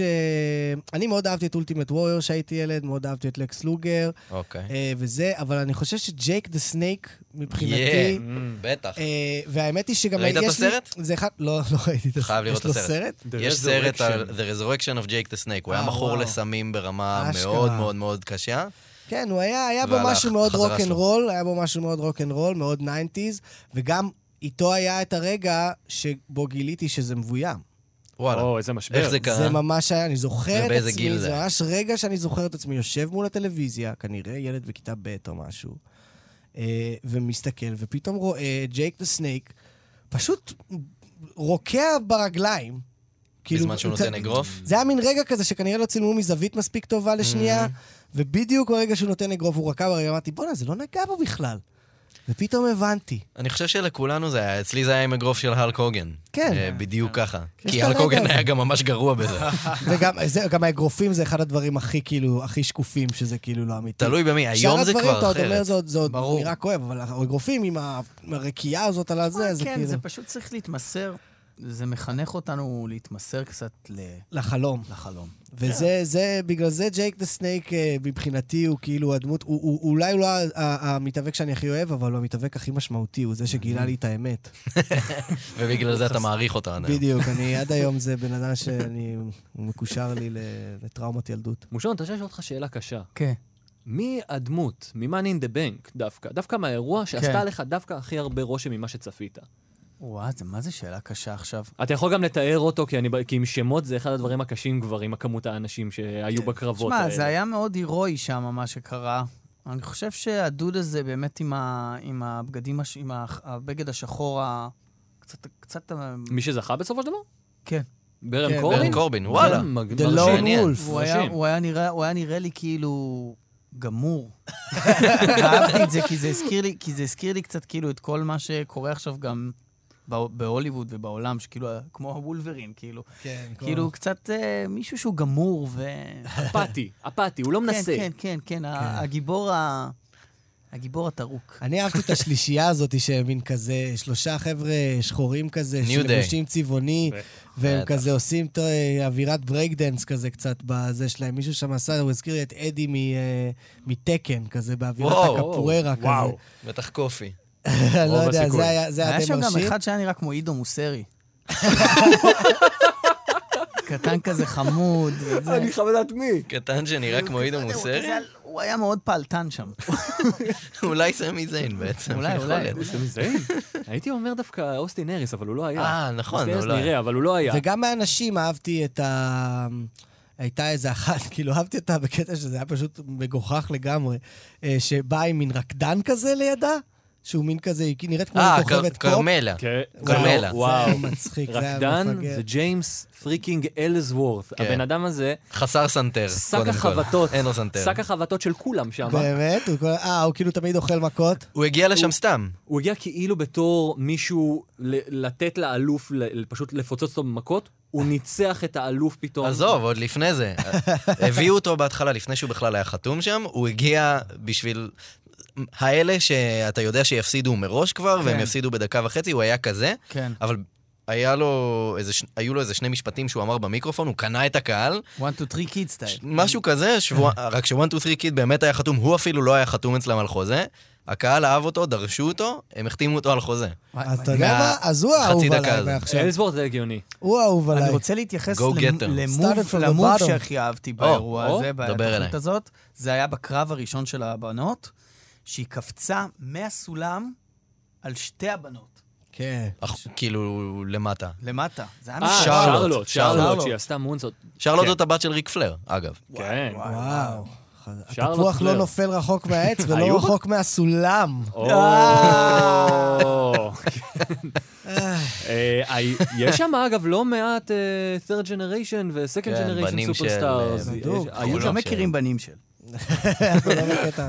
G: אני מאוד אהבתי את אולטימט ווריור כשהייתי ילד, מאוד אהבתי את לקס לוגר
D: אוקיי.
G: אה, וזה, אבל אני חושב שג'ייק דה סנייק, מבחינתי...
D: יהיה, בטח.
G: אה, והאמת היא שגם...
D: ראית
G: יש
D: את
G: לי-
D: הסרט?
G: זה אחד... לא, לא ראיתי את הסרט.
D: חייב לראות את
G: יש לו
D: הסרט.
G: סרט?
D: יש סרט על The Resurrection of Jake the Snake, הוא היה
G: אה,
D: מכור
G: וואו.
D: לסמים ברמה
G: אשכרה.
D: מאוד מאוד מאוד קשה.
G: כן, הוא היה, היה בו
D: והלך,
G: משהו מאוד
D: לא חזרה
G: רוקנרול, היה בו משהו מאוד רוקנרול, מאוד ניינטיז, וגם איתו היה את הרגע שבו גיליתי שזה מבוים.
D: וואלה,
C: או, איזה משבר.
D: איך זה קרה?
G: זה ממש היה, אני זוכר את
D: ובאיזה גיל
G: עצמי,
D: זה
G: זה
D: היה?
G: ממש רגע שאני זוכר את עצמי יושב מול הטלוויזיה, כנראה ילד בכיתה ב' או משהו, אה, ומסתכל, ופתאום רואה את ג'ייק דה סנייק פשוט רוקע ברגליים. כאילו,
D: בזמן שהוא
G: את-
D: נותן אגרוף?
G: זה היה מין רגע כזה שכנראה לא צילמו מזווית מספיק
D: Mm-hmm.
G: טובה לשנייה, ובדיוק ברגע שהוא נותן אגרוף הוא רקע ברגע, אמרתי, בואנה, זה לא נגע בו בכלל. ופתאום הבנתי.
D: אני חושב שלכולנו זה היה, אצלי זה היה עם אגרוף של הלק הוגן.
G: כן.
D: אה, בדיוק ככה.
G: יש
D: כי
G: את
D: הלק
G: הרגע
D: הוגן
G: הזה.
D: היה גם ממש גרוע בזה.
G: וגם זה, גם האגרופים זה אחד הדברים הכי כאילו, הכי שקופים, שזה כאילו לא אמיתי.
D: תלוי במי,
G: שאר
D: היום זה
G: הדברים,
D: כבר
G: אתה עוד אומר,
D: אחרת.
G: זה עוד- זה עוד
D: ברור.
G: נראה כואב, אבל האגרופים עם ה- עם הרקיעה הזאת על הזה, זה
H: כן,
G: כאילו...
H: זה פשוט צריך להתמסר. זה מחנך אותנו להתמסר קצת ל-
G: לחלום.
H: לחלום.
G: וזה,
H: כן.
G: זה, בגלל זה ג'ייק דה סנייק אה, מבחינתי הוא כאילו הדמות, הוא- הוא אולי הוא לא ה- ה- המתאבק שאני הכי אוהב, אבל הוא המתאבק הכי משמעותי, הוא זה שגילה לי את האמת.
D: ובגלל זה אתה מעריך אותה. אני-
G: בדיוק, אני עד היום זה בן אדם שאני, הוא מקושר לי ל- לטראומת ילדות.
C: מושון, אתה רוצה לשאול אותך שאלה קשה.
H: כן.
C: מי הדמות מ-Money in the Bank דווקא, דווקא מהאירוע שעשתה
H: כן.
C: לך דווקא הכי הרבה רושם ממה שצפית?
H: וואו, זה מה זה שאלה קשה עכשיו.
C: אתה יכול גם לתאר אותו, כי, אני, ב- כי עם שמות זה אחד הדברים הקשים כבר, עם הכמות האנשים שהיו בקרבות
H: שמע,
C: האלה.
H: זה היה מאוד הירואי שם, מה שקרה. אני חושב שהדוד הזה באמת עם, ה, עם הבגדים, הש, עם ה- הבגד השחור, ה, קצת, קצת... אה, ה-
C: מי שזכה בסופו של דבר?
H: כן.
C: ברן
G: כן,
C: קורבין?
D: ברן קורבין, וואלה.
C: כן, מג-
G: The
C: מרשים.
G: Lone
D: מעניין.
G: Wolf.
H: לא, הוא היה,
C: מרשים.
H: הוא, היה נראה, הוא היה נראה לי כאילו גמור. אהבתי את זה כי, זה הזכיר לי, כי זה הזכיר לי קצת כאילו את כל מה שקורה עכשיו גם בא- בהוליווד ובעולם, שכאילו, ה- כמו הוולברין, כאילו.
G: כן,
H: כאילו, קצת אה, מישהו שהוא גמור ו...
C: אפאתי, אפאתי, הוא לא מנסה.
H: כן, כן, כן, כן, ה- הגיבור ה... הגיבור הטרוק.
G: אני אהבתי את השלישייה הזאת, שמין כזה, שלושה חבר'ה שחורים כזה,
D: New Day.
G: שלבושים צבעוני, והם
D: בטח.
G: כזה עושים את אה, אווירת ברייקדנס כזה קצת בזה שלהם. מישהו שם עשה, הוא הזכיר לי את אדי מ, אה, מתקן, כזה, באווירת
D: וואו.
G: הקפוארה
I: וואו.
G: כזה.
D: בטח קופי.
G: לא
I: רוב
G: יודע,
I: הסיכוי.
G: זה היה, זה היה
H: היה
G: די
H: שם גם
G: מרשים.
H: אחד שהיה נראה כמו עידו מוסרי. קטן כזה חמוד. וזה.
C: חייב לדעת מי.
D: קטן שנראה כמו עידו מוסרי?
H: זה היה- הוא היה מאוד פעלתן שם.
D: אולי סמי זיין בעצם.
H: אולי,
D: יכול
H: אולי.
D: להיות.
C: הייתי אומר דווקא אוסטין אריס, אבל הוא לא היה.
D: אה, נכון,
C: אוסטין אריס
D: אולי.
C: נראה, אבל הוא לא היה.
G: וגם מהנשים אהבתי את ה... הייתה איזה אחת, כאילו אהבתי אותה בקטע שזה היה פשוט מגוחך לגמרי, אה, שבא עם מין רקדן כזה לידה, שהוא מין כזה, היא נראית כמו
D: אה,
G: מין כוכבת
D: כר-
G: פופ.
D: כרמלה.
I: כן.
D: כרמלה.
G: וואו,
C: וואו.
G: זה היה מצחיק, זה היה
C: רקדן
G: מפגר.
C: זה ג'יימס פריקינג אלסוורת.
D: כן.
C: הבן אדם הזה,
D: חסר סנטר,
C: שק
D: קודם כל.
C: החבטות.
D: אין לו סנטר.
C: שק החבטות של כולם שם.
G: באמת? הוא כל- אה, הוא כאילו תמיד אוכל מכות?
D: הוא הגיע לשם סתם.
C: הוא הגיע כאילו בתור מישהו ל- לתת לאלוף, ל- ל- פשוט לפוצץ אותו במכות, הוא ניצח את האלוף פתאום.
D: עזוב, עוד לפני זה. הביאו אותו בהתחלה, לפני שהוא בכלל היה חתום שם, הוא הגיע בשביל... האלה שאתה יודע שיפסידו מראש כבר, והם
H: כן.
D: יפסידו בדקה וחצי, הוא היה כזה,
H: כן.
D: אבל היה לו איזה, ש- היו לו איזה שני משפטים שהוא אמר במיקרופון, הוא קנה את הקהל,
H: 1, 2, 3 קיד סטייל.
D: ש- משהו כזה, שבוע, רק ש-1, 2, 3 קיד באמת היה חתום, הוא אפילו לא היה חתום אצלם על חוזה. הקהל אהב אותו, דרשו אותו, הם החתימו אותו על חוזה.
G: אז אתה יודע מה? אז הוא
D: חצי
G: האהוב
D: דקה
G: עליי
D: הזה.
G: מעכשיו.
C: אלסוורת זה הגיוני.
G: הוא האהוב
H: אני
G: עליי.
H: רוצה להתייחס
D: Go
H: למ-
D: getter.
H: למוב,
G: Started from the
H: למוב
G: bottom.
H: שהכי אהבתי באירוע
D: או,
H: הזה,
D: דבר
H: בתוכנית
D: אליי.
H: הזאת. זה היה בקרב הראשון של הבנות, שהיא קפצה מהסולם על שתי הבנות,
G: כן.
D: אך- כאילו, למטה.
H: למטה. זה היה
C: אה,
H: משהו.
D: שרלוט,
C: שרלוט, שרלוט,
D: שרלוט.
C: שהיא עשתה מונסות.
D: שרלוט
C: כן.
D: זאת הבת של ריק פלר, אגב.
C: כן.
G: וואו.
C: שרלוט
G: התפוח לא
C: פלר.
G: נופל רחוק מהעץ
C: היו
G: ולא
C: בו-
G: רחוק מהסולם.
C: או. אה, אה, כן. יש שם אגב לא מעט אה, third generation ו-second
D: כן,
C: generation
D: בנים של,
C: סופרסטארס.
D: אה,
C: יש-
G: בדוק.
C: היו
H: לא
C: שם,
D: שם.
H: מכירים בנים של.
G: לא בקטע,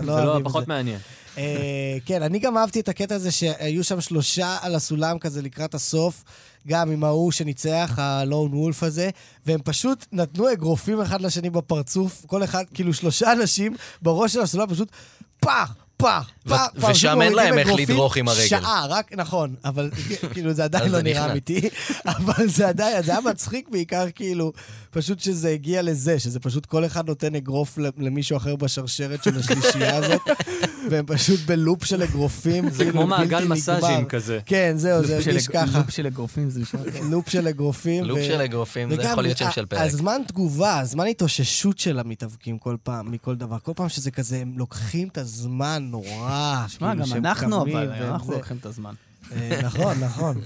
G: לא
C: זה לא
G: אוהבים את
C: פחות
G: זה.
C: מעניין.
G: אה, כן, אני גם אהבתי את הקטע הזה שהיו שם שלושה על הסולם כזה לקראת הסוף, גם עם ההוא שניצח, הלון וולף הזה, והם פשוט נתנו אגרופים אחד לשני בפרצוף, כל אחד, כאילו שלושה אנשים בראש של הסולם פשוט פח! פח,
D: ו-
G: פח, פח,
D: ושם
G: פשוט
D: אין להם
G: מורידים
D: איך
G: אגרופים
D: לדרוך עם הרגל.
G: שעה, רק, נכון, אבל כאילו זה עדיין
D: אז
G: לא
D: זה
G: נראה
D: נכנע.
G: אמיתי, אבל זה עדיין, זה היה מצחיק בעיקר כאילו, פשוט שזה הגיע לזה, שזה פשוט כל אחד נותן אגרוף ל- למישהו אחר בשרשרת של השלישייה הזאת, והם פשוט בלופ של אגרופים,
C: זה
G: כאילו,
C: כמו
G: בלתי
C: מעגל
G: נגמר.
C: מסאז'ים כזה.
G: כן, זהו, זה
H: לופ של
G: הרגיש
H: אג-
G: ככה.
H: לופ של אגרופים זה נשמע טוב.
G: לופ של אגרופים.
D: לופ
G: ו-
D: של אגרופים, זה
G: וגם
D: יכול להיות שם
G: ה-
D: של פרק.
G: הזמן תגובה, הזמן התאוששות של המתאבקים כל פעם, מכל דבר. כל פעם שזה כזה, הם לוקחים את הזמן נורא.
H: שמע,
G: כאילו,
H: גם
G: שהם
H: אנחנו,
G: קמים
H: אבל
G: והם
H: אנחנו
G: זה.
H: לוקחים את הזמן.
G: אה, נכון, נכון.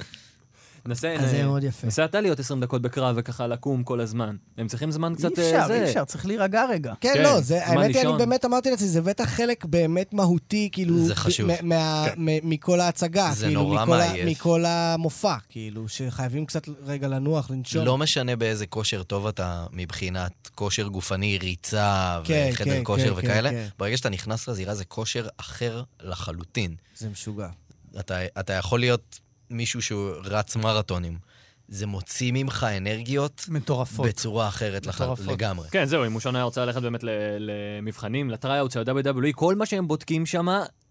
E: נסה...
G: אז זה מאוד יפה.
E: נסה אתה להיות 20 דקות בקרב וככה לקום כל הזמן. הם צריכים זמן
H: אי
E: קצת... אה,
H: אפשר,
E: זה.
H: אי אפשר, צריך להירגע רגע.
G: כן,
C: כן,
G: לא, זה-
E: זמן
G: האמת היא, אני
E: לישון.
G: באמת אמרתי לעצמי, זה בטח חלק באמת מהותי, כאילו...
D: זה חשוב. כן.
G: מ- מה- מ- מכל ההצגה,
D: זה
G: כאילו,
D: נורא
G: מכל ה-
D: מעייף.
G: מכל המופע, כאילו, שחייבים קצת רגע לנוח, לנשום.
D: לא משנה באיזה כושר טוב אתה מבחינת כושר גופני, ריצה
G: כן,
D: וחדר
G: כן,
D: כושר
G: כן,
D: וכאלה,
G: כן, כן.
D: ברגע שאתה נכנס לזירה זה כושר אחר לחלוטין.
G: זה משוגע.
D: אתה, אתה יכול להיות מישהו שהוא רץ מרתונים. זה מוציא ממך אנרגיות
H: מטורפות.
D: בצורה אחרת לח...
H: מטורפות.
D: לגמרי.
E: כן, זהו, אם הוא שונה רוצה ללכת באמת ל- למבחנים, לטרייאוט של ה-WWE, כל מה שהם בודקים שם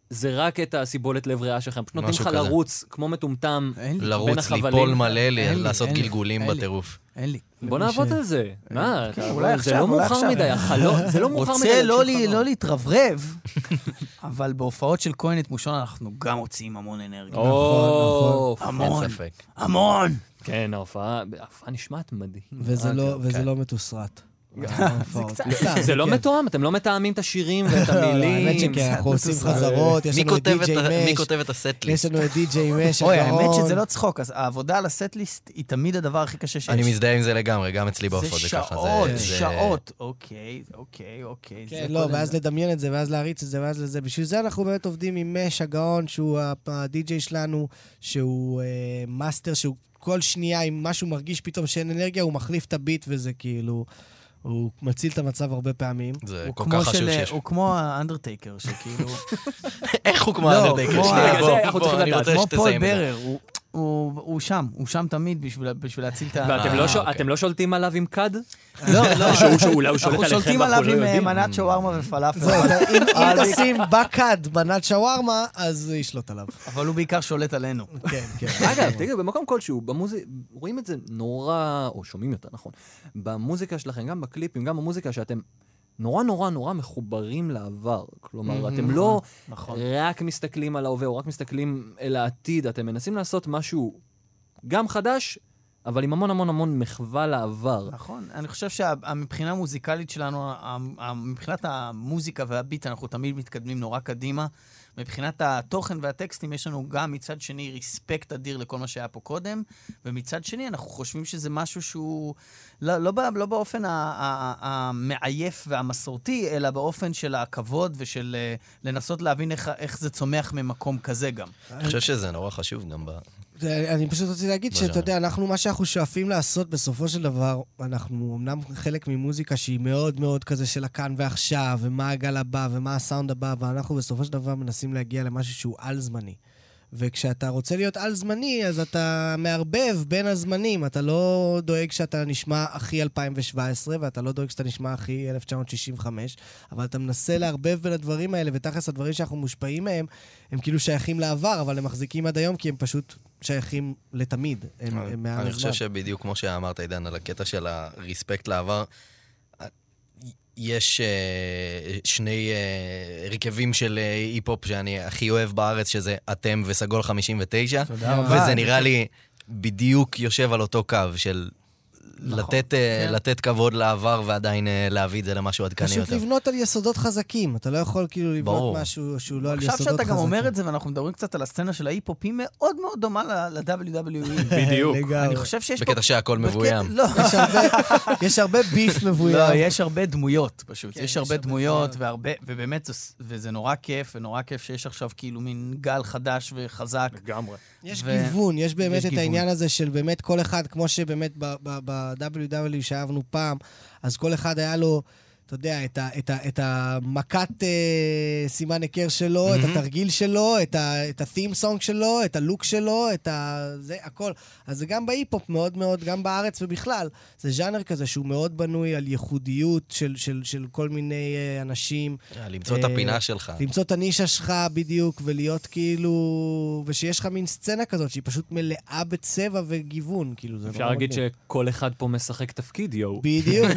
E: זה רק את הסיבולת לב ריאה שלכם. פשוט נותנים
D: משהו
E: לך
D: כזה.
E: לרוץ כמו מטומטם.
H: אין לי,
D: לרוץ,
E: החבלים.
D: ליפול מלא, ל-
H: אין לי,
D: לעשות
H: אין לי,
D: גלגולים
H: אין לי.
D: בטירוף.
H: אין לי.
E: בוא
H: למי
E: נעבוד
H: ש- אה, כן,
E: על זה. מה, אתה-
H: אולי
E: זה
H: עכשיו,
E: לא
H: אולי
E: מאוחר
H: עכשיו. אה.
E: מדי, החלום, זה לא מאוחר מדי.
H: רוצה לא,
E: להגשים
H: לי,
E: חלום.
H: לא להתרברב, אבל בהופעות של כהן את מושון אנחנו גם מוציאים המון
E: נכון,
H: אנרגיה.
E: או,
H: המון,
D: אין ספק.
H: המון.
E: כן, ההופעה, ההופעה נשמעת מדהים. אה,
G: וזה לא- וזה
D: כן.
G: לא מתוסרט.
H: זה קצת...
E: זה
H: כן.
E: לא מתואם, אתם לא מתאמים את השירים
H: לא,
E: ואת המילים.
G: לא, האמת שכן, אנחנו עושים חזרות, יש
D: מי
G: לנו את
D: כותב את ה-
G: די.ג'יי
D: מי
G: מש,
D: כותב את הסט-ליסט?
G: יש לנו את די.ג'יי מש,
H: אוי, האמת
G: הגאון.
H: שזה לא צחוק, אז העבודה על הסט-ליסט היא תמיד הדבר הכי קשה שיש.
D: אני מזדהה עם זה לגמרי, גם אצלי בהופעות זה
H: זה
D: ככה.
H: שעות,
D: זה- זה-
H: שעות. אוקיי, אוקיי, אוקיי. זה
G: כן, לא,
H: כל
G: ואז
H: הזמן.
G: לדמיין את זה, ואז להריץ את זה, ואז לזה. בשביל זה אנחנו באמת עובדים עם מש הגאון, שהוא ה- הדי-ג'יי שלנו, שהוא אה, מאסטר, שהוא כל שנייה, אם משהו מרגיש פתאום שאין אנרגיה, הוא מחליף את הביט וזה כאילו... הוא מציל את המצב הרבה פעמים.
D: זה
H: הוא
D: כל
H: כמו
D: כך חשוב
H: של- אה,
D: שיש...
H: הוא כמו האנדרטייקר, שכאילו...
D: איך הוא כמו
H: לא,
D: האנדרטייקר?
H: כמו-
D: אוקיי, שנייה,
H: רגע,
D: בוא,
E: זה אנחנו
D: בוא,
E: צריכים
D: אני
E: לדעת.
D: רוצה
H: כמו פול
D: שתסיים את זה.
H: ברר, הוא- הוא הוא שם, הוא שם תמיד בשביל בשביל להציל את ה...
E: ואתם לא
D: אה,
E: שו-
D: אוקיי.
E: אתם לא שולטים עליו עם כד?
H: לא, לא.
E: שהוא- שהוא- אולי הוא שולט
H: אנחנו
E: עליכם
H: שולטים
E: ואנחנו
H: עליו
E: לא
H: עם אה,
E: יודעים.
H: מנת שווארמה ופלאפל,
G: זהו, אתה- אם אם
H: אז-
G: תשים בכד מנת שווארמה, אז זה ישלוט עליו.
H: אבל הוא בעיקר שולט עלינו.
G: כן, כן.
E: אגב, תגידו, במקום כלשהו, במוזיק... רואים את זה נורא, או שומעים יותר נכון, במוזיקה שלכם, גם בקליפים, גם במוזיקה שאתם נורא נורא נורא מחוברים לעבר. כלומר, אתם לא
H: נכון.
E: רק מסתכלים על ההווה, או רק מסתכלים אל העתיד, אתם מנסים לעשות משהו גם חדש, אבל עם המון המון המון מחווה לעבר.
H: נכון. אני חושב שהמבחינה המוזיקלית שלנו, ה- ה- מבחינת המוזיקה והביט, אנחנו תמיד מתקדמים נורא קדימה. מבחינת התוכן והטקסטים, יש לנו גם מצד שני ריספקט אדיר לכל מה שהיה פה קודם, ומצד שני, אנחנו חושבים שזה משהו שהוא לא, לא, בא- לא באופן ה- ה- ה- המעייף והמסורתי, אלא באופן של הכבוד ושל אה, לנסות להבין איך, איך זה צומח ממקום כזה גם.
D: אני חושב שזה נורא חשוב גם ב...
G: זה- אני פשוט רציתי להגיד שאתה
D: בז'אנר.
G: יודע, אנחנו, מה שאנחנו שואפים לעשות בסופו של דבר, אנחנו אמנם חלק ממוזיקה שהיא מאוד מאוד כזה של הכאן ועכשיו, ומה הגל הבא, ומה הסאונד הבא, ואנחנו בסופו של דבר מנסים להגיע למשהו שהוא על-זמני. וכשאתה רוצה להיות על-זמני, אז אתה מערבב בין הזמנים. אתה לא דואג שאתה נשמע הכי 2017, ואתה לא דואג שאתה נשמע הכי 1965, אבל אתה מנסה לערבב בין הדברים האלה, ותכלס הדברים שאנחנו מושפעים מהם, הם כאילו שייכים לעבר, אבל הם מחזיקים עד היום כי הם פשוט שייכים לתמיד. הם, הם מעל
D: אני חושב
G: הזמן.
D: שבדיוק כמו שאמרת, עידן, על הקטע של הרספקט לעבר, יש אה, שני אה, הרכבים של אה, היפ-הופ שאני הכי אוהב בארץ, שזה אתם וסגול 59,
H: תודה
D: וזה נראה לי בדיוק יושב על אותו קו של... לתת, אה,
H: כן.
D: לתת כבוד לעבר ועדיין אה, להביא את זה למשהו עדכני
G: פשוט
D: יותר.
G: לבנות על יסודות חזקים. אתה לא יכול כאילו לבנות
D: ברור.
G: משהו שהוא לא על יסודות
H: עכשיו
G: חזקים.
H: שאתה גם אומר את זה, ואנחנו מדברים קצת על הסצנה של ההיפ-הופ, היא מאוד מאוד דומה ל- ל-WWE.
C: בדיוק.
H: אני
G: לגמרי.
H: חושב שיש פה...
D: בקטע שהכל
H: בקטע-
D: מבוים.
H: לא.
G: יש הרבה- יש הרבה ביף מבוים.
H: לא, יש הרבה דמויות פשוט.
G: כן,
H: יש
G: יש
H: הרבה
G: הרבה
H: דמויות,
G: דמויות.
H: והרבה, ובאמת, זה ס- וזה נורא כיף, ונורא כיף שיש עכשיו כאילו מין גל חדש וחזק.
C: לגמרי.
G: יש
H: ו-
G: גיוון, יש באמת
H: יש
G: את
H: גיוון.
G: העניין הזה של באמת כל אחד, כמו שבאמת ב-WW E שאהבנו פעם, אז כל אחד היה לו, אתה יודע, את ה- את ה- את המכת אה, סימן היכר שלו, את התרגיל שלו, את ה- את ה-theme song שלו, את הלוק שלו, את ה... זה, הכל. אז זה גם בהיפ-הופ מאוד מאוד, גם בארץ ובכלל. זה ז'אנר כזה שהוא מאוד בנוי על ייחודיות של- של של כל מיני אה, אנשים.
D: למצוא את
G: אה,
D: הפינה שלך.
G: למצוא את הנישה שלך בדיוק, ולהיות כאילו... ושיש לך מין סצנה כזאת שהיא פשוט מלאה בצבע וגיוון, כאילו, זה נורא
E: אפשר
D: נכון.
E: להגיד
G: מגניב.
E: שכל אחד פה משחק תפקיד, יואו.
G: בדיוק,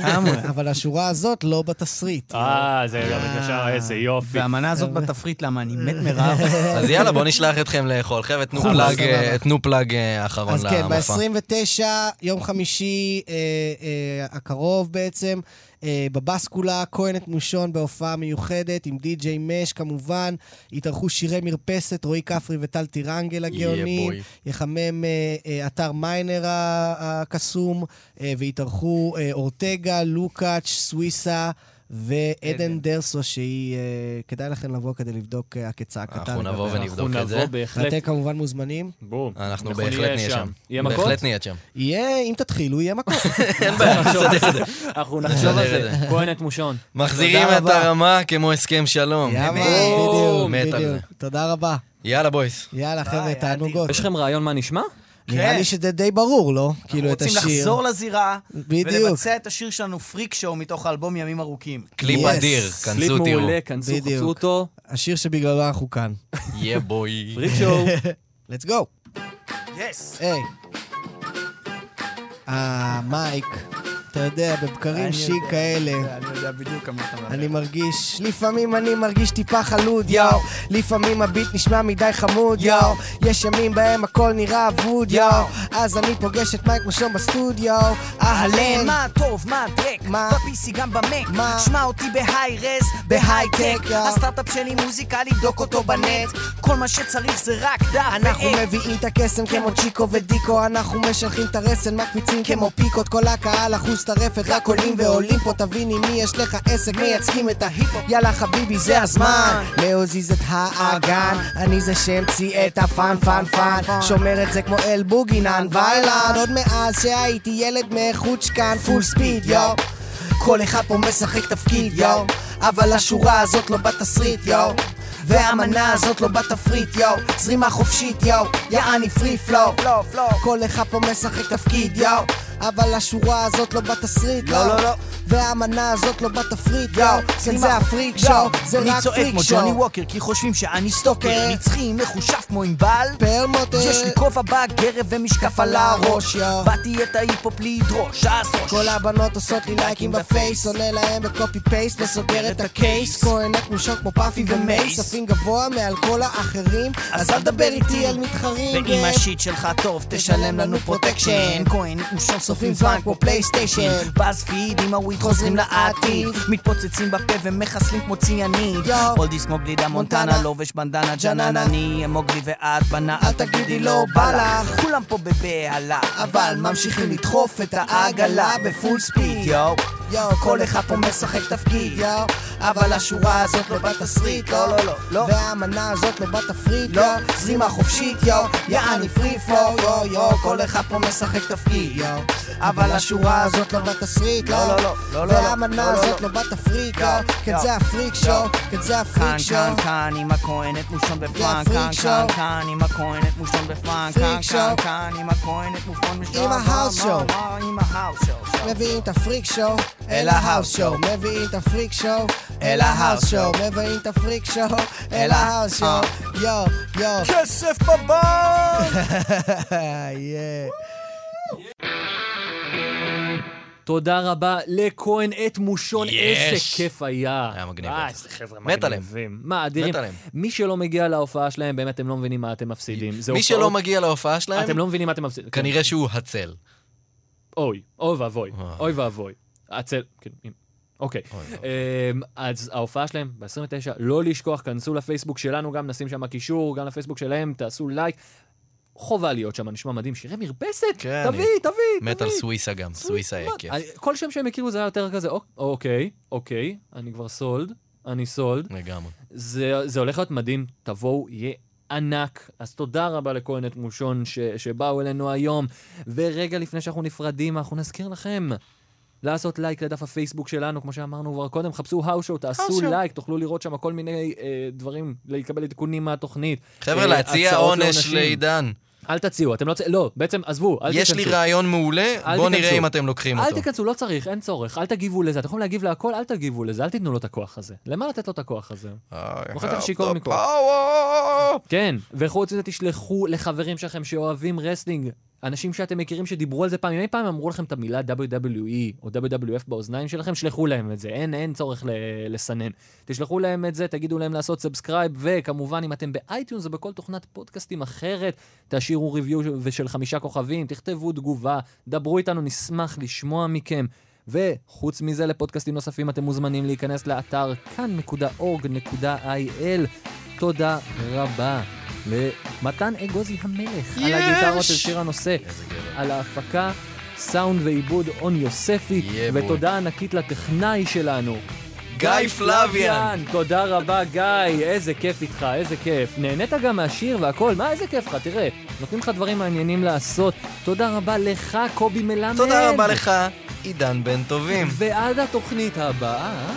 G: אבל השורה הזאת לא בתסריט.
C: אה, זה גם ישר, איזה יופי.
H: והמנה הזאת בתפריט, למה אני מת מרעב.
G: כאילו,
D: אז יאללה, בואו נשלח אתכם לאכול. חבר'ה, תנו
G: חומוס,
D: פלאג, אה,
G: סבבה.
D: תנו פלאג אה, אחרון
G: אז כן,
D: למופע.
G: ב-29, יום חמישי אה, אה, הקרוב בעצם, אה, בבסקולה, כהן את נושון בהופעה מיוחדת, עם די.ג'יי מש כמובן, התארחו שירי מרפסת, רועי כפרי וטל טירנגל הגאונים,
D: בוי.
G: יחמם אה, אה, אתר מיינר ה- הקסום, אה, והתארחו אה, אורטגה, לוקאץ', סוויסה. ועדן
H: עדן.
G: דרסו, שהיא, אה, כדאי לכם לבוא כדי לבדוק אה, הקצה הקטן.
D: אנחנו נבוא
G: לגביה.
D: ונבדוק
J: אנחנו
D: את אוקיי, זה.
J: נבוא בהחלט.
G: ואתם כמובן מוזמנים.
J: בום.
D: אנחנו בהחלט נהיה שם.
J: יהיה מכות?
D: בהחלט נהיה שם.
G: יהיה, אם תתחילו, יהיה מקום.
D: אין בעיה, נסדר את זה.
C: אנחנו נחשוב על
D: נסדר
C: זה.
D: את
C: כהן את מושון.
D: מחזירים
G: תודה
D: את
G: רבה.
D: הרמה כמו הסכם שלום.
G: יאללה,
D: מת
G: בדיוק,
D: על זה.
G: בדיוק. תודה רבה.
D: יאללה, בויס.
G: יאללה, חבר'ה,
H: עדי.
G: תענוגות.
C: יש לכם רעיון מה נשמע?
G: נראה
H: כן.
G: לי שזה די ברור, לא? כאילו, את השיר.
H: רוצים לחזור לזירה,
G: בדיוק.
H: ולבצע את השיר שלנו פריק שואו מתוך האלבום ימים ארוכים.
D: קליפ
G: Yes.
D: אדיר,
C: קליפ
D: כנסו תראו.
C: מעולה, כנסו,
G: בדיוק.
C: חפשו אותו.
G: השיר שבגללו אנחנו כאן.
D: יא בוי.
C: פריק שואו.
G: לטס גו.
H: יס!
G: היי. אה, מייק. אתה יודע, בבקרים שיק כאלה.
H: אה, אני יודע בדיוק כמה אתה מדבר.
G: אני מרגיש, לפעמים אני מרגיש טיפה חלוד, יאו. לפעמים הביט נשמע מדי חמוד, יאו. יש ימים בהם הכל נראה אבוד, יאו. אז אני פוגש את מייק מושון בסטודיו. אהלן.
H: מה טוב, מה טרק,
G: מה?
H: ב-PC גם במק,
G: מה?
H: שמע אותי בהיי-רז, בהייטק,
G: יא.
H: הסטארט-אפ שלי מוזיקה, לבדוק אותו בנט, כל מה שצריך זה רק דף
G: אנחנו
H: ועט.
G: מביאים את הקסם כמו צ'יקו ודיקו, אנחנו משלחים את הרסן, מקפיצים כמו פיקות, כל הקהל אחוז טרפת, רק עולים ועולים פה, תבין עם מי יש לך עסק, מייצגים את ההיפ-הופ, יאללה חביבי זה הזמן, להזיז את האגן, אני זה שהמציא את הפאן פאן פאן, שומר את זה כמו אל בוגינן ואילן, עוד מאז שהייתי ילד מחוצ'קן, פול ספיד יו, כל אחד פה משחק תפקיד יו, אבל השורה הזאת לא בתסריט יו, והמנה הזאת לא בתפריט, יואו זרימה חופשית, יואו יעני פרי פלואו כל אחד פה משחק תפקיד, יואו אבל השורה הזאת לא בתסריט, לא לא לא והמנה הזאת לא בתפריט, יואו כן זה הפריק שואו, זה
H: אני
G: רק
H: צועק
G: פריק
H: כמו ג'וני
G: שואו
H: ווקר, כי חושבים שאני סטוקר,
G: סטוקר.
H: נצחי, מחושף כמו ענבל,
G: פאר מוטר
H: יש לי כובע בגרב ומשקף על הראש,
G: יואו.
H: באתי את ההיפ-הופ לדרוש, אז ראש.
G: כל הבנות עושות לי לייקים בפייס, עונה להם בקופי פייסט וסוגר את הקייס. כהן הקמושות כמו פאפי ומייס, עפים גבוה מעל כל האחרים, אז אל דבר איתי על מתחרים.
H: ואם
G: כן.
H: השיט שלך טוב, תשלם לנו פרוטקשן. כהן ושון שורפים זמן כמו פלייסטיישן. באז פיד עם הוויד חוזרים לעתיד. מתפוצצים בפה ומחסלים כמו ציאנית.
G: יואו.
H: הולדיס כמו גלידה מונטנה,
G: מונטנה.
H: לובש בנדנה ג'נן אני, אמוגלי ואת בנה, אל תגידי לא בא לך. כולם פה בבהלה,
G: אבל ממשיכים לדחוף את העגלה בפול ספיד,
H: יואו.
G: יואו,
H: כל אחד פה משחק תפקיד,
G: יואו, אבל השורה הזאת לא בתסריט, לא, לא, לא, לא, והאמנה הזאת לא בתפריט, לא, זרימה חופשית, יואו, יעני פרי פלואו, יואו, יואו, כל אחד פה משחק תפקיד, יואו, אבל השורה הזאת לא בתסריט, לא, לא, לא, לא, לא, והאמנה הזאת לא בתפריט, יואו, כן זה הפריק שואו, כן זה
H: כאן,
G: הפריק
H: כאן,
G: שואו,
H: כאן, עם הכהנת מושלם בפרנק,
G: הפריק
H: כאן, כאן,
G: שואו.
H: כאן, עם הכהנת מושלם בפרנק,
G: פריק
H: כאן, כאן,
G: שואו.
H: כאן, עם הכהנת מושלם בשלום,
G: עם ההאוס
H: וואו,
G: שואו.
H: וואו, עם ההאוס שואו.
G: מביאים את הפריק שואו אל ההאוס שואו, מביאים את הפריק שואו אל ההאוס שואו, מביאים את הפריק שואו אל אה. ההאוס שואו, יואו, יואו.
H: כסף בבנק!
G: יא.
C: תודה רבה לכהן את מושון,
D: יש.
C: איזה כיף היה.
D: היה מגניב
C: אה,
D: רצח.
C: איזה חבר'ה
D: מת עליהם.
C: מגניבים. מה, אדירים.
D: מת עליהם.
C: מי שלא מגיע להופעה שלהם, באמת, אתם לא מבינים מה אתם מפסידים. זה
D: מי
C: הופעות-
D: שלא מגיע להופעה שלהם,
C: אתם לא מבינים מה אתם מפסידים. כן.
D: כנראה שהוא הצל.
C: אוי, אוי ואבוי,
D: אוי.
C: אוי ואבוי. הצל, כן, אם- אוקיי.
D: אוי, אוי.
C: אמ, אז ההופעה שלהם ב-29, לא לשכוח, כנסו לפייסבוק שלנו, גם נשים שם קישור, גם לפייסבוק שלהם, תעשו לייק. חובה להיות שם, נשמע מדהים. שירי מרפסת?
D: כן,
C: תביא,
D: אני
C: תביא, תביא.
D: מת על סוויסה גם, סוויסה היה
C: מה-
D: כיף.
C: אני- כל שם שהם הכירו זה היה יותר כזה, "אוק- אוקיי, אוקיי, אני כבר סולד, אני סולד.
D: לגמרי.
C: זה, זה הולך להיות מדהים, תבואו, יהיה ענק. אז תודה רבה לכהן את מושון ש, שבאו אלינו היום. ורגע לפני שאנחנו נפרדים, אנחנו נזכיר לכם לעשות לייק לדף הפייסבוק שלנו, כמו שאמרנו כבר קודם, חפשו האושו, תעשו לייק, תוכלו לראות שם כל מיני אה, דברים, לקבל עדכונים מהתוכנית.
D: חבר'ה,
C: אה,
D: להציע
C: הצעות
D: עונש
C: לעונשים.
D: לעידן.
C: אל תציעו, אתם לא צ... לא, בעצם, עזבו, אל
D: יש לי
C: תיכנסו.
D: רעיון
C: אל
D: מעולה, בוא נראה
C: תיכנסו.
D: אם אתם לוקחים
C: אל
D: אותו.
C: תיכנסו, לא צריך, אין צורך, אל תגיבו לזה. אתם יכולים להגיב להכל, אל תגיבו לזה, אל תיתנו לו את הכוח הזה. למה לתת לו את הכוח הזה?
D: I
C: הוא חטף
D: have
C: שיכור
D: the
C: מכל.
D: power.
C: כן, וחוץ מזה תשלחו לחברים שלכם שאוהבים רסלינג, אנשים שאתם מכירים שדיברו על זה פעם, אם אי פעם אמרו לכם את המילה WWE או WWF באוזניים שלכם, שלחו להם את זה, אין, אין צורך ל- לסנן. תשלחו להם את זה, תגידו להם לעשות סאבסקרייב, וכמובן, אם אתם באייטיונס או בכל תוכנת פודקאסטים אחרת, תשאירו ריוויו של חמישה כוכבים, תכתבו תגובה, דברו איתנו, נשמח לשמוע מכם. וחוץ מזה, לפודקאסטים נוספים אתם מוזמנים להיכנס לאתר כאן.org.il. תודה רבה למתן אגוזי המלך על הגיטרות של שיר הנושא, על ההפקה, סאונד ועיבוד און יוספי,
D: Yeah, boy.
C: ותודה ענקית לטכנאי שלנו.
D: גיא פלוויאן.
C: תודה רבה, גיא. איזה כיף איתך, איזה כיף. נהנית גם מהשיר והכל, מה איזה כיף לך, תראה. נותנים לך דברים מעניינים לעשות. תודה רבה לך, קובי מלמד.
D: תודה רבה לך, עידן בן טובים.
C: ועד התוכנית הבאה...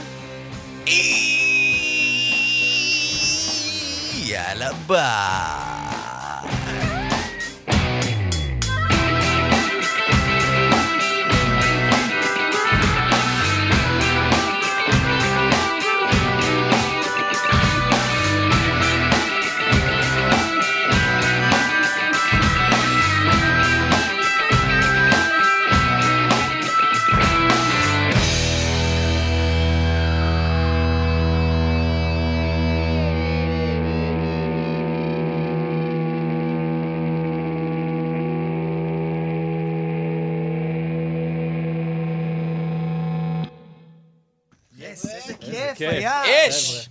D: יאללה ביי.
K: איזה כיף,
L: כיף.
K: היה.
D: אש!